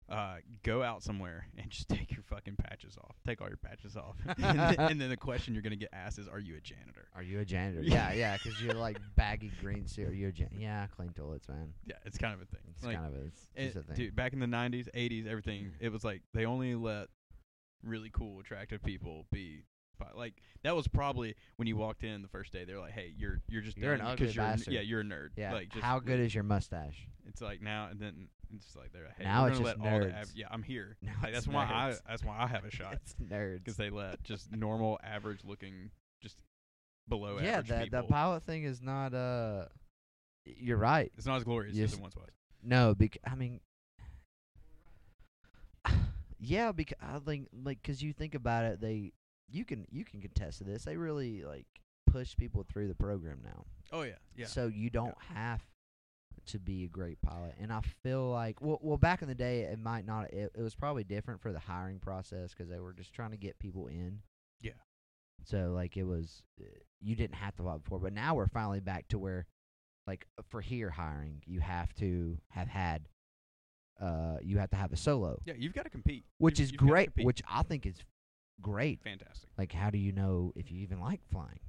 Uh, go out somewhere and just take your fucking patches off. Take all your patches off, and, then, and then the question you're gonna get asked is, "Are you a janitor?"
are you a janitor? Yeah, yeah, because you're like baggy green suit. Are you a jan? Yeah, I clean toilets, man.
Yeah, it's kind of a thing.
It's
Like,
kind of a, it's
it-
just a thing. Mm.
dude, back in the '90s, '80s, everything, it was like they only let really cool, attractive people be. pi- Like that was probably when you walked in the first day. They're like, "Hey, you're you're just
You're an
dumb
ugly
you're a n-
bastard."
yeah you're a nerd
yeah.
like just,
How good is your mustache?
It's like now and then it's just like they're like, hey,
Now
we're
it's
gonna
just
let all the
nerds.
av- yeah, I'm here.
Now
Like,
it's
that's why I
nerds.
that's why I have a shot
it's nerds.
because they let just normal, average looking, just below
yeah,
average
the
people.
the pilot thing is not. Uh, you're right.
it's not as glorious
Yes.
as it once was.
No, because I mean, yeah, because I think like because you think about it, they you can you can contest to this. They really like push people through the program now,
Oh yeah, yeah.
so you don't have to be a great pilot. And I feel like well, well, back in the day, it might not. It, it was probably different for the hiring process because they were just trying to get people in.
Yeah.
So like it was, uh, you didn't have to apply before, but now we're finally back to where, like uh, for here hiring, you have to have had, uh, you have to have a solo,
yeah, you've got to compete,
which
You've-
is
you've gotta
great,
compete.
which I think is great.
fantastic.
Like, how do you know if you even like flying?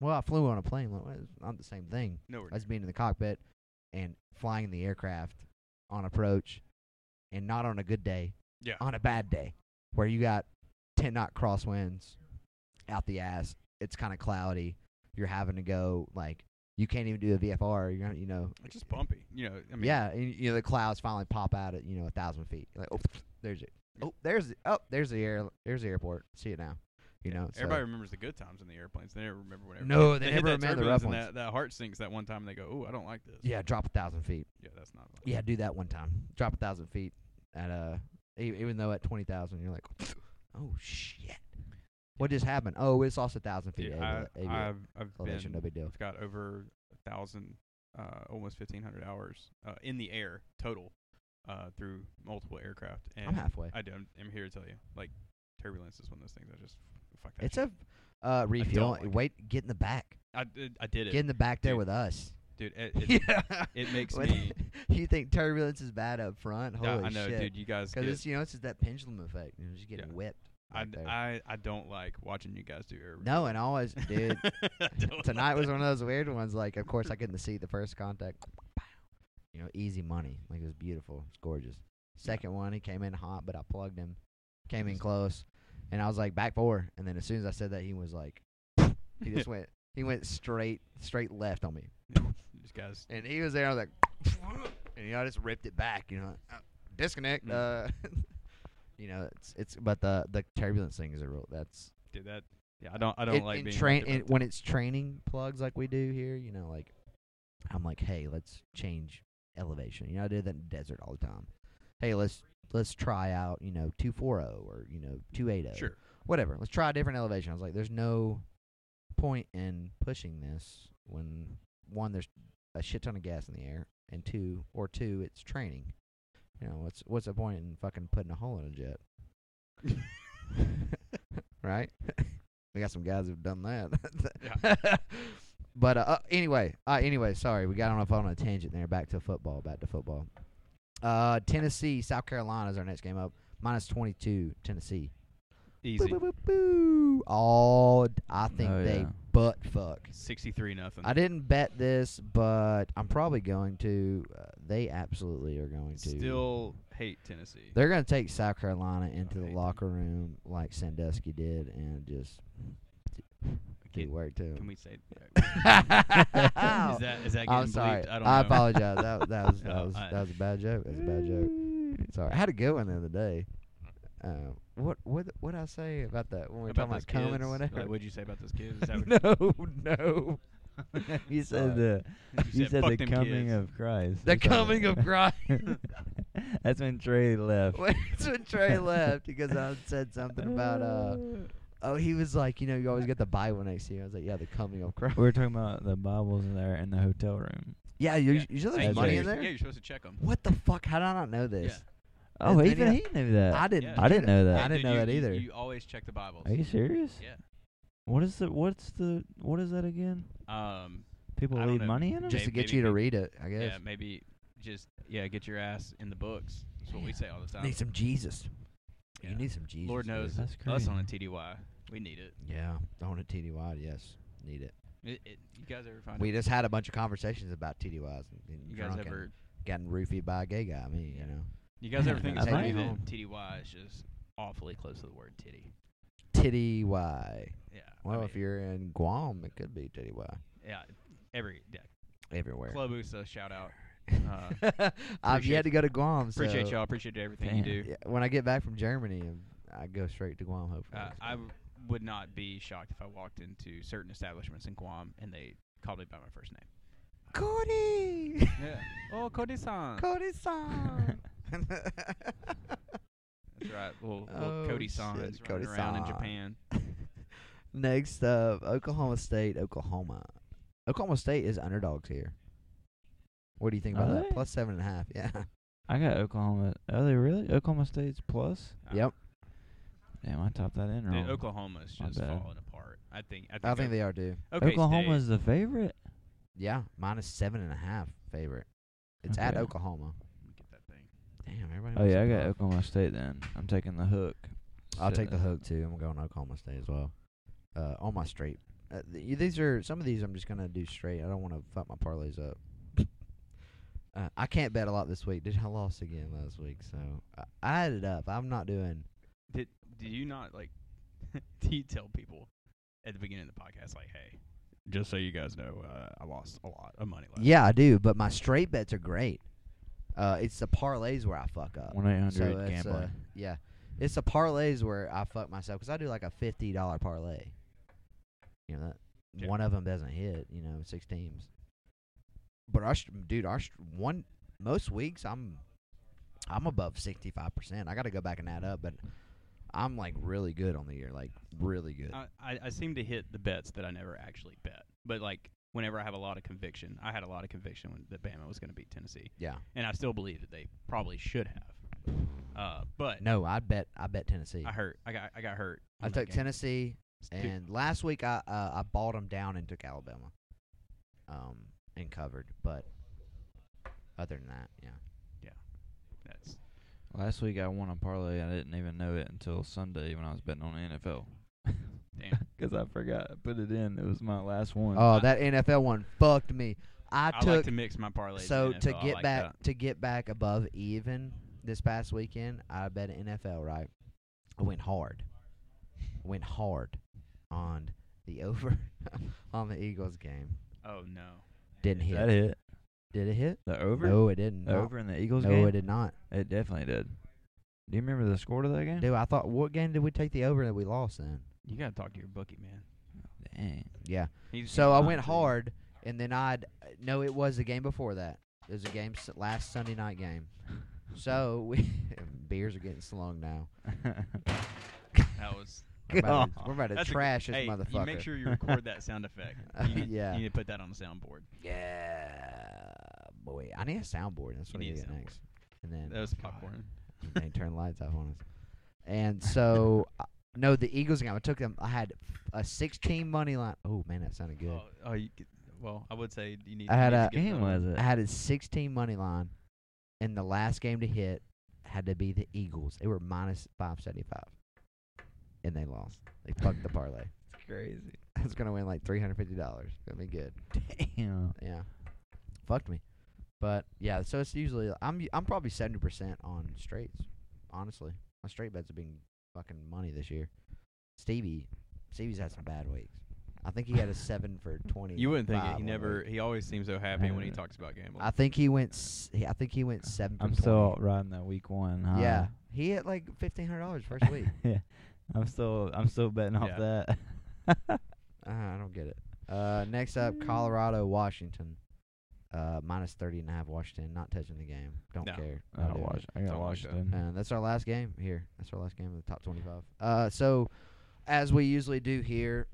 Well, I flew on a plane. Well, it's not the same thing
Nowhere.
as being in the cockpit and flying the aircraft on approach and not on a good day,
Yeah.
on a bad day where you got 10 knot crosswinds out the ass. It's kind of cloudy. You're having to go like you can't even do a VFR. You're gonna, you know,
It's just bumpy. You know, I mean,
yeah, and, you know the clouds finally pop out at you know a thousand feet. You're like oh, there's it.
Yeah.
Oh, there's it. Oh, there's the air. There's the airport. See it now. You know, so-
Everybody remembers the good times in the airplanes. They never remember whatever.
No, they
hit
never
that
remember the
turbulence
rough
and
ones.
That, that heart sinks that one time, and they go, "Ooh, I don't like this."
Yeah, drop a thousand feet.
yeah, that's not. fun.
Yeah, do that one time. Drop a thousand feet at uh, e- even though at twenty thousand, you're like, oh shit, what just happened? Oh, it's lost a thousand feet.
Dude,
Yeah,
I, I've I've
elevation,
been
no big deal.
I've got over a thousand, uh, almost fifteen hundred hours uh, in the air total uh, through multiple aircraft. And
I'm halfway.
I don't. I'm here to tell you, like turbulence is one of those things. I just fuck that.
It's
shit.
a uh, refuel.
like it.
Wait, get in the back.
I did. I did it,
Get in the back there
Dude.
with us.
dude. It, it, it makes
What-
me.
you think turbulence is bad up front? Holy
I- I know,
shit!
dude. You guys.
Because
get-
it's you know it's just that pendulum effect. You're just getting
Yeah.
whipped.
I,
right there.
I I don't like watching you guys do air.
no, and always, dude.
I don't
tonight
like
was
that.
one of those weird ones. Like, of course, I couldn't see the first contact. You know, easy money. Like it was beautiful. It's gorgeous. Second one, he came in hot, but I plugged him. Came in
Just-
close, and I was like back four. And then as soon as I said that, he was like, he just went, he went straight, straight left on me.
These guys.
And he was there. I was like, and you know, I just ripped it back. You know, uh, disconnect. Uh,
Mm.
you know, it's it's. But the the turbulence thing is a real. That's
Dude, that. Yeah, I don't. I don't
it-
like
in
being.
train
interrupted.
in, when it's training plugs like we do here. You know, like I'm like, hey, let's change elevation. You know, I did that in the desert all the time. Hey, let's let's try out. You know, two four zero or you know two eight oh." zero.
Sure.
Whatever. Let's try a different elevation. I was like, there's no point in pushing this when one there's a shit ton of gas in the air, and two or two it's training. You know, what's what's the point in fucking putting a hole in a jet? right? we got some guys who've done that. but uh, uh, anyway, uh, anyway, sorry, we got on off on a tangent there. Back to football. Back to football. Uh, Tennessee, South Carolina is our next game up. Minus twenty-two, Tennessee. Boo,
Easy.
boo, boo, boo. All I think
Oh,
they
yeah.
butt fuck.
Sixty-three nothing.
I didn't bet this, but I'm probably going to. Uh, they absolutely are going to.
Still hate Tennessee.
They're going to take South Carolina into the
hate them.
locker room like Sandusky did and just do
Can-
work to
Can
them.
we say?
Ow.
Is that is that getting
I'm sorry.
bleeped? I don't know.
apologize. That, that was that
No,
was
Oh, I-
that was a bad joke. That was a bad joke. Sorry, I had a good one the other day. Uh, what what what I say about that when we were
about
talking
those
about coming or
kids?
whatever?
Like, what'd you say about those kids? Is that what
no, no. you said
Sorry.
the you, said,
"Fuck
the
them
coming
kids."
of Christ.
The
That's all
coming
that-
of Christ.
That's when Trey left.
That's when Trey left because I said something about uh oh he was like you know you always get the Bible next year. I was like yeah the coming of Christ.
We were talking about the Bibles in there in the hotel room.
Yeah, you
Yeah.
usually
Hey,
there's
That's
money
right.
in there.
Yeah, you're supposed to check them.
What the fuck? How did I not know this?
Oh,
And
even
then he-
he knew that.
I didn't.
Yeah.
I didn't know that.
I didn't know that either.
You, always check the Bibles.
Are you serious?
Yeah.
What is the what's the what is that again?
Um.
People
I don't
leave
know.
money in them.
Jay-
just to get
maybe
you to
people-
read it, I
Yeah.
guess.
Maybe just yeah. Get your ass in the books. That's what we say all the time.
Need some Jesus.
Yeah.
You need some Jesus.
Lord
dude.
knows
That's
us
crazy.
on a TDY. We need it.
Yeah, on a TDY, yes, need it.
it, it you guys ever find
We
it?
just had a bunch of conversations about TDYs. And, and
You guys
drunk
ever?
and gotten roofied by a gay guy? I mean,
Yeah.
you know,
You guys ever think it's
I might
funny
home.
that TDY is just awfully close to the word titty?
TDY.
Yeah. I
Well, if
mean,
you're in Guam, it could be TDY
yeah, every yeah.
everywhere.
Club USA shout out.
I've
appreciate-
yet to go to Guam. So
Appreciate y'all. Appreciate everything you
Damn.
do.
yeah, when I get back from Germany, I go straight to Guam. Hopefully,
Uh, I w- would not be shocked if I walked into certain establishments in Guam and they called me by my first name.
Cody.
Yeah. oh, Cody san.
Cody song.
That's right. Little, little
Oh,
Cody san
shit,
is
Cody
running around in
san.
Japan.
Next up, Oklahoma State, Oklahoma. Oklahoma State is underdogs here. What do you think about
Are
that?
they?
Plus seven and a half. Yeah.
I got Oklahoma. Are they really Oklahoma State's plus?
Uh,
Yep.
Damn, I topped that in
Dude,
wrong.
Oklahoma is
My
just
bad.
falling apart. I think. I think,
I think they are due.
they.
Oklahoma's the favorite.
Yeah, minus seven and a half favorite. It's at
Okay.
Oklahoma.
Get that thing.
Damn, everybody.
Oh
wants
yeah, I
to
got
go.
Oklahoma State. Then I'm taking the hook.
I'll take
So-
the hook too. I'm going Oklahoma State as well. Uh, on my straight. Uh, th- these are some of these. I'm just gonna do straight. I don't want to fuck my parlays up. uh, I can't bet a lot this week. Dude, I lost again last week, so I, I added up. I'm not doing.
Did do you not like? do you tell people at the beginning of the podcast like, hey, just so you guys know, uh, I lost a lot of money last.
Yeah, I do, but my straight bets are great. Uh, it's the parlays where I fuck up.
One eight
So
hundred
it's,
gambling.
uh, yeah, it's the parlays where I fuck myself because I do like a fifty dollar parlay. You know that
Yeah.
one of them doesn't hit. You know, six teams. But our str- dude, our str- one most weeks I'm I'm above sixty five percent. I got to go back and add up, but I'm like really
Uh,
good on the year, like really good.
I, I, I seem to hit the bets that I never actually bet. But like whenever I have a lot of conviction. I had a lot of conviction when, that Bama was going to beat Tennessee,
Yeah.
and I still believe that they probably should have. Uh, but
No, I bet I bet Tennessee.
I hurt. I got I got hurt.
I
on that
took
game.
Tennessee,
It's two-
and last week I uh, I bought them down and took Alabama, um, and covered. But other than that, yeah.
that's
Last week I won a parlay. I didn't even know it until Sunday when I was betting on the NFL.
Damn.
Because I forgot I put it in. It was my last one.
Oh, that NFL one fucked me. I,
I,
took
like to mix my parlays. in
so
NFL,
to
I
get
like
back
that.
to get back above even this past weekend. I bet NFL right. I went hard. I went hard on the over on the Eagles game.
Oh no.
Didn't
Did
hit.
that hit
Did it hit?
the over.
No, it didn't.
the
No.
over in the Eagles
no,
game.
it did not.
It definitely did. Do you remember the score to that game?
Dude, I thought what game did we take the over that we lost in?
You gotta talk to your bookie, man.
Dang.
Yeah.
He's
So I
he's
went
hungry.
hard, and then I'd no, it was the game before that. It was a game s- last Sunday night game. So we beers are getting slung now.
That was.
We're about to, we're about to
That's a good-
trash this
hey,
motherfucker.
You make sure you record that sound effect. You need,
Yeah.
You need to put that on a soundboard.
Yeah, boy. I need a soundboard. That's
You
what I
need a
get
soundboard.
next. And then
That was
God,
popcorn.
and they turn the lights off on us. And so, uh, no, the Eagles game. I took them. I had a 16 money line. Oh man, that sounded good.
Oh, oh you, could- well, I would say you need.
I had
you need
a-
to get
game
another-
was it?
I had a 16 money line, and the last game to hit had to be the Eagles. They were minus 575, and they lost. They fucked the parlay.
crazy.
That's gonna win like 350 dollars. Gonna be good.
Damn.
Yeah, fucked me. But yeah, so it's usually I'm I'm probably 70 percent on straights. Honestly, my straight bets have been fucking money this year. Stevie, Stevie's had some bad weeks. I think he had a seven for 20.
You wouldn't think it. He never. He always seems so happy when he
Uh,
talks about gambling.
I think he went. s- I think he went seven. For
I'm
20.
still riding that week one. Huh?
Yeah, he hit like fifteen hundred dollars first week.
yeah. I'm still I'm still betting off
Yeah.
that.
uh, I don't get it. Uh, next up, Colorado, Washington, uh, minus thirty and a half. Washington not touching the game. Don't
No.
care.
I
Not
got
doing
Wash- I got
Don't like that.
Washington.
it. And Uh, that's our last game here. That's our last game of the top twenty-five. Uh, so as we usually do here,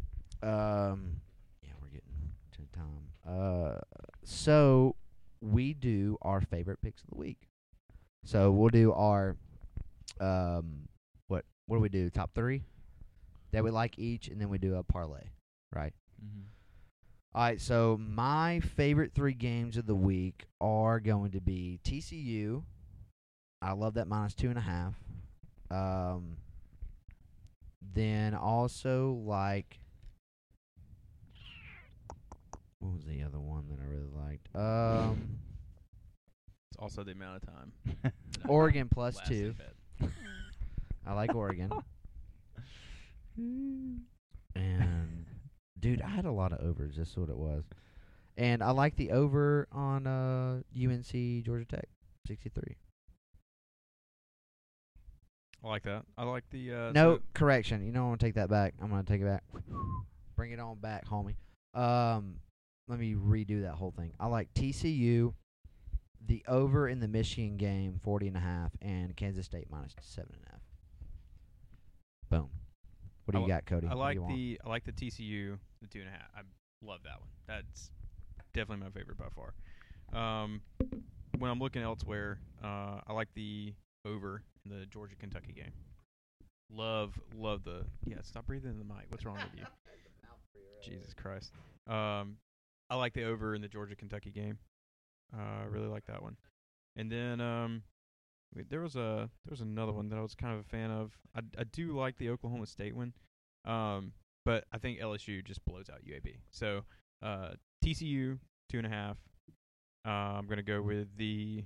um, yeah, we're getting to time. Uh, so we do our favorite picks of the week. So we'll do our um what what do we do? Top three that we like each, and then we do a parlay, right? All right. So my favorite three games of the week are going to be TCU. I love that minus two and a half. Um, then also like what was the other one that I really liked? Um,
it's also the amount of time.
Oregon plus
Last
two.
bet.
I like Oregon. and dude, I had a lot of overs. That's what it was. And I like the over on uh, UNC Georgia Tech, sixty-three.
I like that. I like the. Uh,
no
so-
correction. You know, I'm gonna take that back. I'm gonna take it back. Bring it on back, homie. Um, let me redo that whole thing. I like TCU, the over in the Michigan game, 40 and a half, and Kansas State minus seven and a half. Boom. What do
I
you
li-
got, Cody?
I
What do
like
you want?
the. I like the TCU. The two and a half. I love that one. That's definitely my favorite by far. Um, when I'm looking elsewhere, uh, I like the over in the Georgia Kentucky game. Love, love the. Yeah, stop breathing in the mic. What's wrong with you? Jesus Christ. Um, I like the over in the Georgia Kentucky game. Uh, I really like that one. And then um, wait, there was a there was another one that I was kind of a fan of. I I do like the Oklahoma State one, um, but I think LSU just blows out UAB. So uh, TCU two and a half. Uh, I'm gonna go with the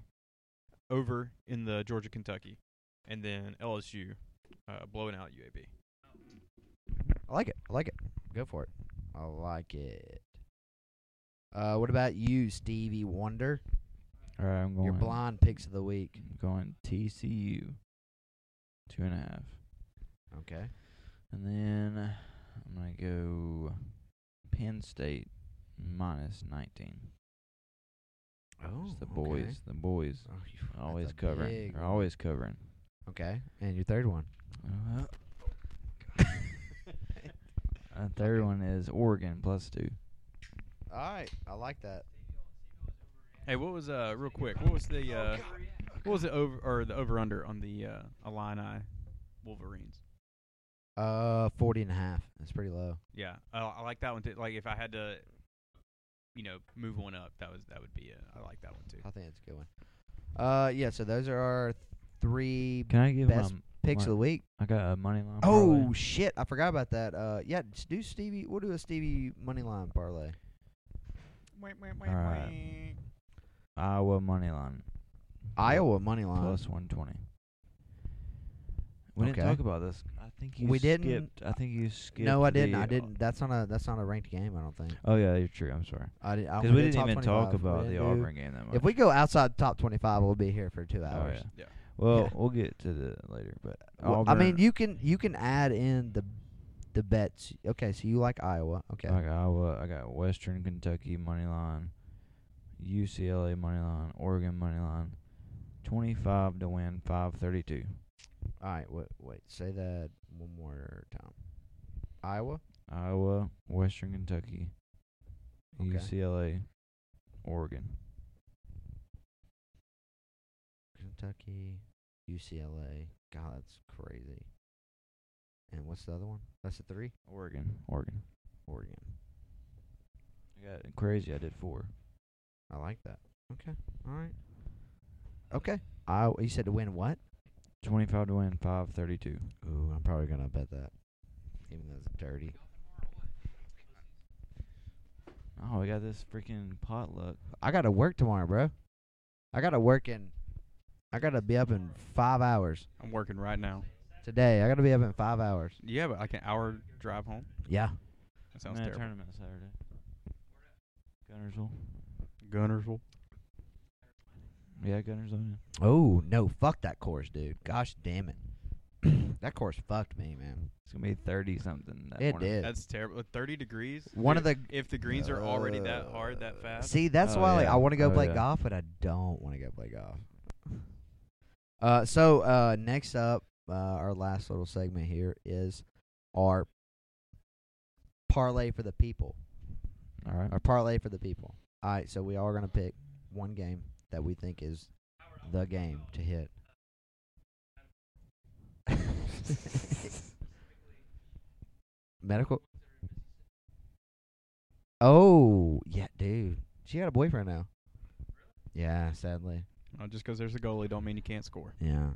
over in the Georgia Kentucky, and then LSU uh, blowing out UAB.
I like it. I like it. Go for it. I like it. Uh, what about you, Stevie Wonder?
All right, I'm going.
Your blind picks of the week.
I'm going TCU. Two and a half,
Okay.
and then uh, I'm gonna go Penn State minus nineteen.
Oh,
It's the boys. The boys
Oh, you- that's
are
a
always covering.
big
They're
one.
always covering.
Okay, and your third one.
Uh, uh, third one is Oregon plus two.
All right, I like that.
Hey, what was uh real quick? What was the uh, what was the over or the over under on the uh, Illini Wolverines?
Uh, 40 and a half. That's pretty low.
Yeah, I I like that one too. Like if I had to, you know, move one up, that was that would be it. I like that one too.
I think that's a good one. Uh, yeah. So those are our three
Can I give
Best
um,
picks
Mark-
of the week.
I got a money line.
oh
parlay.
shit! I forgot about that. Uh, yeah. s- Do Stevie? We'll do a Stevie money line parlay.
Alright. Iowa money line.
Iowa money line.
plus one twenty. We
Okay.
didn't talk about this. I think you
We
skipped.
didn't-
I think you skipped.
No, I didn't.
the-
I didn't. That's not a. That's not a ranked game. I don't think.
Oh yeah, you're true. I'm sorry.
I did. I
Because
only
we
did
didn't
top
even talk
25. We
about the
didn't do-
Auburn game that much.
If we go outside top twenty-five, we'll be here for two
Oh,
hours.
yeah.
Yeah.
Well, we'll get to the later, but
Well, I mean,
Auburn-
you can you can add in the the bets. Okay, so you like Iowa. Okay.
I got Iowa. I got Western Kentucky money line, UCLA money line, Oregon money line, twenty five to win, five thirty two.
All right. Wait. Wait. Say that one more time. Iowa.
Iowa, Western Kentucky,
Okay.
UCLA, Oregon.
Kentucky, UCLA. God, that's crazy. And what's the other one? That's a three.
Oregon, Oregon.
Oregon.
I got crazy. I did four.
I like that. Okay. All right. Okay. I you said to win what?
Twenty five to win, five thirty two.
Ooh, I'm probably gonna bet that. Even though it's dirty.
Oh, we got this freaking potluck.
I gotta work tomorrow, bro. I gotta work in. I gotta be up in five hours
I'm working right now.
today. I gotta be up in five hours.
Yeah, but like an hour drive home.
Yeah.
That sounds
Man,
terrible.
tournament Saturday. Gunnersville.
Gunnersville.
Yeah, Gunnersville. yeah.
Oh no, fuck that course, dude. Gosh damn it. that course fucked me, man.
It's gonna be thirty something. That
it
morning.
did.
That's terrible. With 30 degrees.
One
dude,
of the-
if the greens are already that hard,
Uh,
that fast.
See, that's
Oh,
why like,
yeah.
I want to go
Oh,
play
yeah.
golf, but I don't want to go play golf. Uh, so uh, next up, uh, our last little segment here is our parlay for the people.
All right.
Our parlay for the people. All right, so we are gonna pick one game that we think is the game to hit. Medical. Oh yeah, dude. She got a boyfriend now. Yeah, sadly.
No, Oh, just because there's a goalie don't mean you can't score.
Yeah.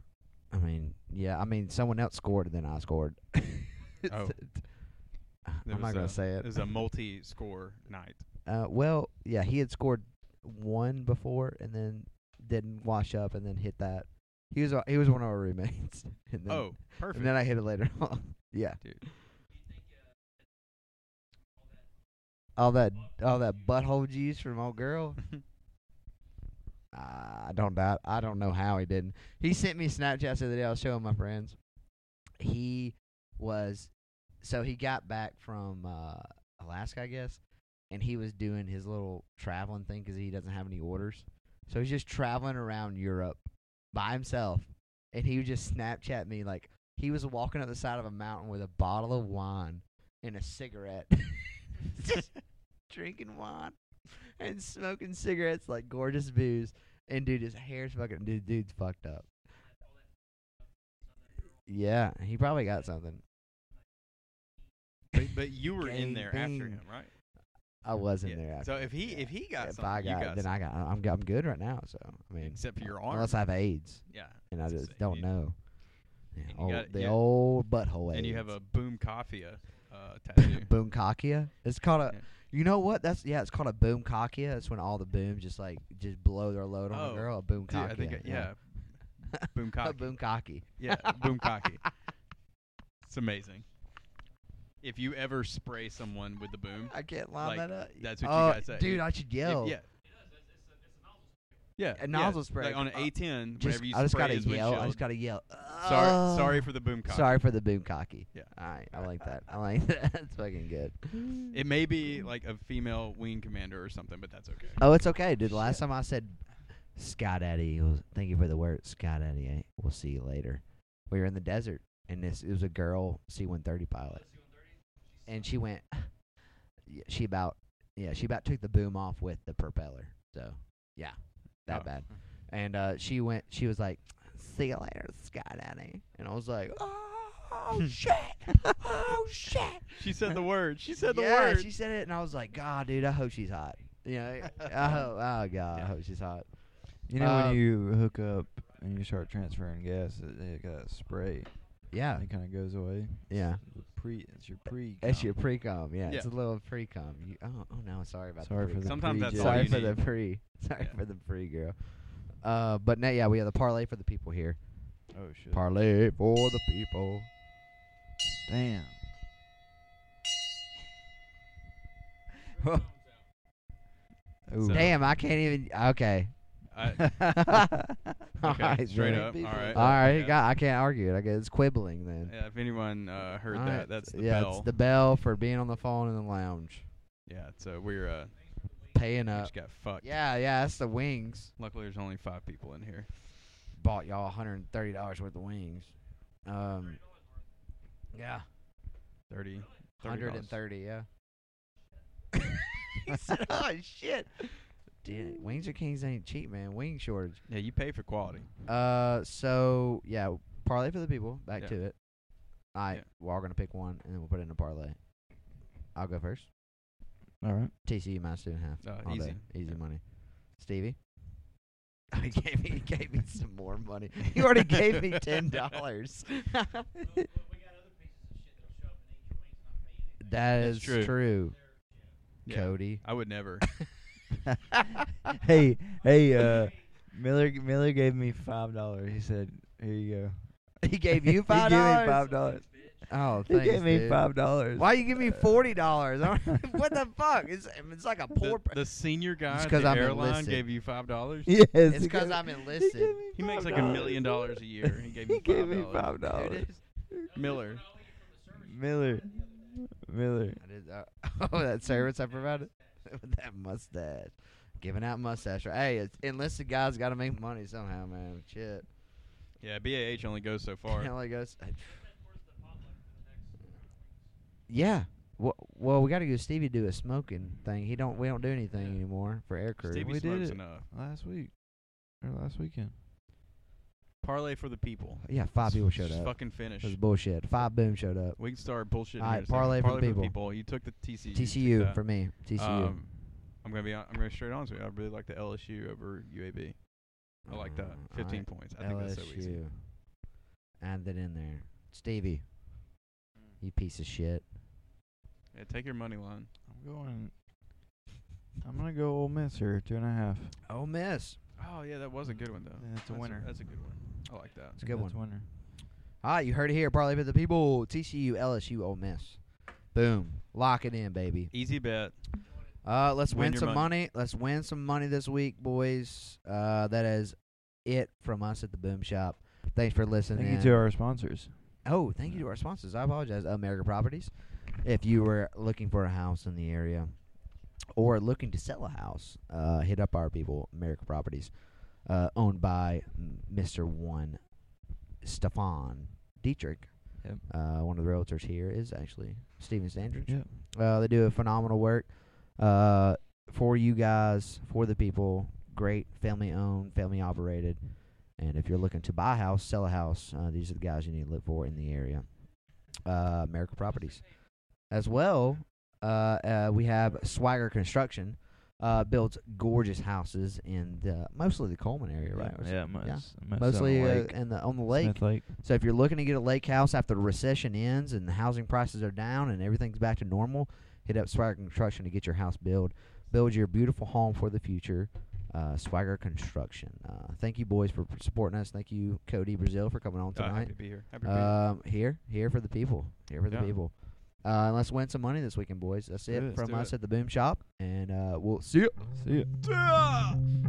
I mean, yeah. I mean, someone else scored and then I scored.
Oh. There
I'm not
was
gonna
a-
say
It
it.
was a multi-score night.
Uh, well, yeah, he had scored one before and then didn't wash up and then hit that. He was uh, he was one of our roommates. And then,
Oh, perfect.
and then I hit it later on. yeah,
Dude.
all that all that butthole juice from old girl. Ah, I don't doubt. I don't know how he didn't. He sent me Snapchats the other day. I was showing my friends. He was so he got back from uh, Alaska, I guess, and he was doing his little traveling thing because he doesn't have any orders. So he's just traveling around Europe by himself, and he would just Snapchat me like he was walking up the side of a mountain with a bottle of wine and a cigarette, just drinking wine and smoking cigarettes like gorgeous booze. And dude, his hair's fucking dude. Dude's fucked up. Yeah, he probably got something.
but, but you were in
Gang
there after
bang.
him, right?
I wasn't
Yeah.
there. After.
So if he
yeah.
if he got
if
something,
I got,
you
it,
got
then
something.
I got. I'm I'm good right now. So I mean,
except for your arm.
unless I have AIDS
yeah.
and I
that's
just
insane.
don't
You-
know. Yeah,
and you
old,
got-
the
yeah.
old butthole AIDS.
And you have a boom coffee uh, tattoo.
boomcockia. It's called a.
Yeah.
You know what? That's yeah. It's called a boomcockia. It's when all the booms just like just blow their load on
Oh,
a girl. A
Dude,
boomcockia.
I think I- yeah. Boom
A
coffee.
boomcocky.
Yeah, boom cocky. It's amazing. If you ever spray someone with the boom,
I can't line
Like,
that up.
that's what you
oh,
gotta say.
dude.
If-
I should
if-
yell.
yeah. Yeah,
A
yeah,
nozzle spray.
Like on an
Uh,
A10,
Just,
whenever you
I just
spray
gotta
his
yell. I
windshield.
just gotta yell.
sorry, sorry
"Ugh."
for the boom cocky.
Sorry for the boomcocky.
Yeah.
All right. I like that. I like that. That's fucking good.
It may be like a female wing commander or something, but that's okay.
Oh, it's okay, dude. Last time I said Sky Daddy. was- Thank you for the word, Sky Daddy. eh? We'll see you later. We were in the desert, and this it was a girl C-130 pilot, and she went. yeah, She about yeah, she about took the boom off with the propeller. So yeah, that
Oh.
bad. And uh, she went. She was like, "See you later, Skydaddy." And I was like, "Oh shit! oh shit!"
She said the word. She said the
yeah,
word.
she said it, and I was like, "God, dude, I hope she's hot." You know, I hope, oh god, I
Yeah.
hope she's hot.
You know
Um,
when you hook up and you start transferring gas, it, it got that spray.
Yeah,
It kind of goes away.
yeah.
The pre, it's your pre.
It's your pre com. Yeah,
Yeah.
it's a little pre com. You oh, oh no, sorry about
Sorry
the
for
pre.
the
Sometimes
pre,
that's
Jeff.
all
sorry
you
for
need.
the pre. Sorry
Yeah.
for the pre girl. Uh, but now, yeah, we have the parlay for the people here.
Oh shit!
Parlay for the people.
Damn. Ooh.
Damn, I can't even. Okay.
I,
All
okay,
right,
straight
man.
up. All right.
All right,
yeah.
God, I can't argue it. I guess it's quibbling then.
Yeah, if anyone uh, heard
All
that,
right,
that's the
yeah,
bell.
it's the bell for being on the phone in the lounge,
yeah, so we're uh,
paying
we
up.
just got fucked.
Yeah, yeah, that's the wings.
Luckily, there's only five people in here.
Bought y'all 130 dollars worth of wings. Um, yeah.
Thirty.
Hundred
$30.
and thirty, yeah. he said, "Oh shit, dude, wings or kings ain't cheap, man. Wing shortage."
Yeah, you pay for quality.
Uh, so yeah, parlay for the people. Back
Yeah.
to it. All right,
Yeah.
we're all gonna pick one, and then we'll put it in a parlay. I'll go first.
All right.
TCU minus two and a half.
Uh,
Oh,
all
easy.
day. easy
Yeah.
money. Stevie. Oh, he gave me he gave me some more money. He already gave me ten dollars. That
That's
is
true.
true,
Yeah.
Cody.
I would never.
hey, hey, uh, Miller, Miller gave me five dollars. He said, "Here you go."
He gave you
He
five
gave me five
dollars.
dollars.
Oh,
He
thanks,
gave me
dude.
five dollars. Uh,
Why you give me forty dollars? what the fuck? It's it's like a
the,
poor.
the senior guy
It's
at
'cause
the
I'm
airline
enlisted.
gave you five dollars.
Yes.
It's
he
'cause
gave-
I'm
he gave
enlisted.
me
He makes like a
$5.
million dollars a year, and he gave me
he gave me
$5.
five dollars.
Miller.
Miller, Miller.
I did, uh, oh, that service I provided with that mustache, giving out mustache. right? Hey, it's, enlisted guys got to make money somehow, man. Shit.
Yeah, BAH only goes so far.
Hell, I guess. Yeah. Well, well, we got to go. Stevie do a smoking thing. He don't. We don't do anything
Yeah.
anymore for air crew.
Stevie
We did
smokes
it.
enough.
Last week or last weekend.
Parlay for the people.
Yeah, five people
Let's
showed
just
up.
Fucking finish.
It was bullshit. Five boom showed up.
We can start
Alright,
bullshitting. here in a second.
parlay for the people.
You took the TCU. you took
TCU
that.
for me. TCU.
Um, I'm gonna be. hon- I'm gonna be straight honest with you. I really like the LSU over UAB. I like that.
Mm,
Uh,
15
alright,
points. I think
LSU.
that's so easy.
Add that in there, Stevie. You piece of shit.
Yeah, take your money line.
I'm going. I'm gonna go Ole Miss here, two and a half.
Oh, miss.
Oh yeah, that was a good one though.
Yeah, that's a winner.
that's a good one. I like that.
It's a good
That's
one.
winner.
All right, you heard it here. Parlay with the people. TCU, LSU, Ole Miss. Boom. Lock it in, baby.
Easy bet.
Uh, let's win,
Win your
some money.
money.
Let's win some money this week, boys. Uh, that is it from us at the Boom Shop. Thanks for listening.
Thank you
in.
to our sponsors.
Oh, thank you to our sponsors. I apologize, America Properties. If you were looking for a house in the area or looking to sell a house, uh, hit up our people, America Properties, uh, owned by m- Mr. One Stefan Dietrich.
Yep.
Uh, one of the realtors here is actually Steven Sandridge.
Yep.
Uh, they do a phenomenal work uh, for you guys, for the people. Great family owned, family operated. And if you're looking to buy a house, sell a house, uh, these are the guys you need to look for in the area. Uh, America Properties. As well, uh, uh, we have Swagger Construction. Uh, builds gorgeous houses in the, mostly the Coleman area, right? Or
Yeah,
something?
most,
yeah.
most on
Mostly
the
uh,
lake.
in the on the lake.
Smith Lake.
So if you're looking to get a lake house after the recession ends and the housing prices are down and everything's back to normal, hit up Swagger Construction to get your house built. Build your beautiful home for the future. Uh, Swagger Construction. Uh, thank you, boys, for supporting us. Thank you, Cody Brazil, for coming on
Uh, happy
tonight.
to be here. Happy to be here.
Um, here, here for the people. Here for the
Yeah.
people. Uh, and let's win some money this weekend, boys. That's
Do
it
it.
from
do
us
it.
at the Boom Shop, and uh, we'll see you.
See ya.
Yeah!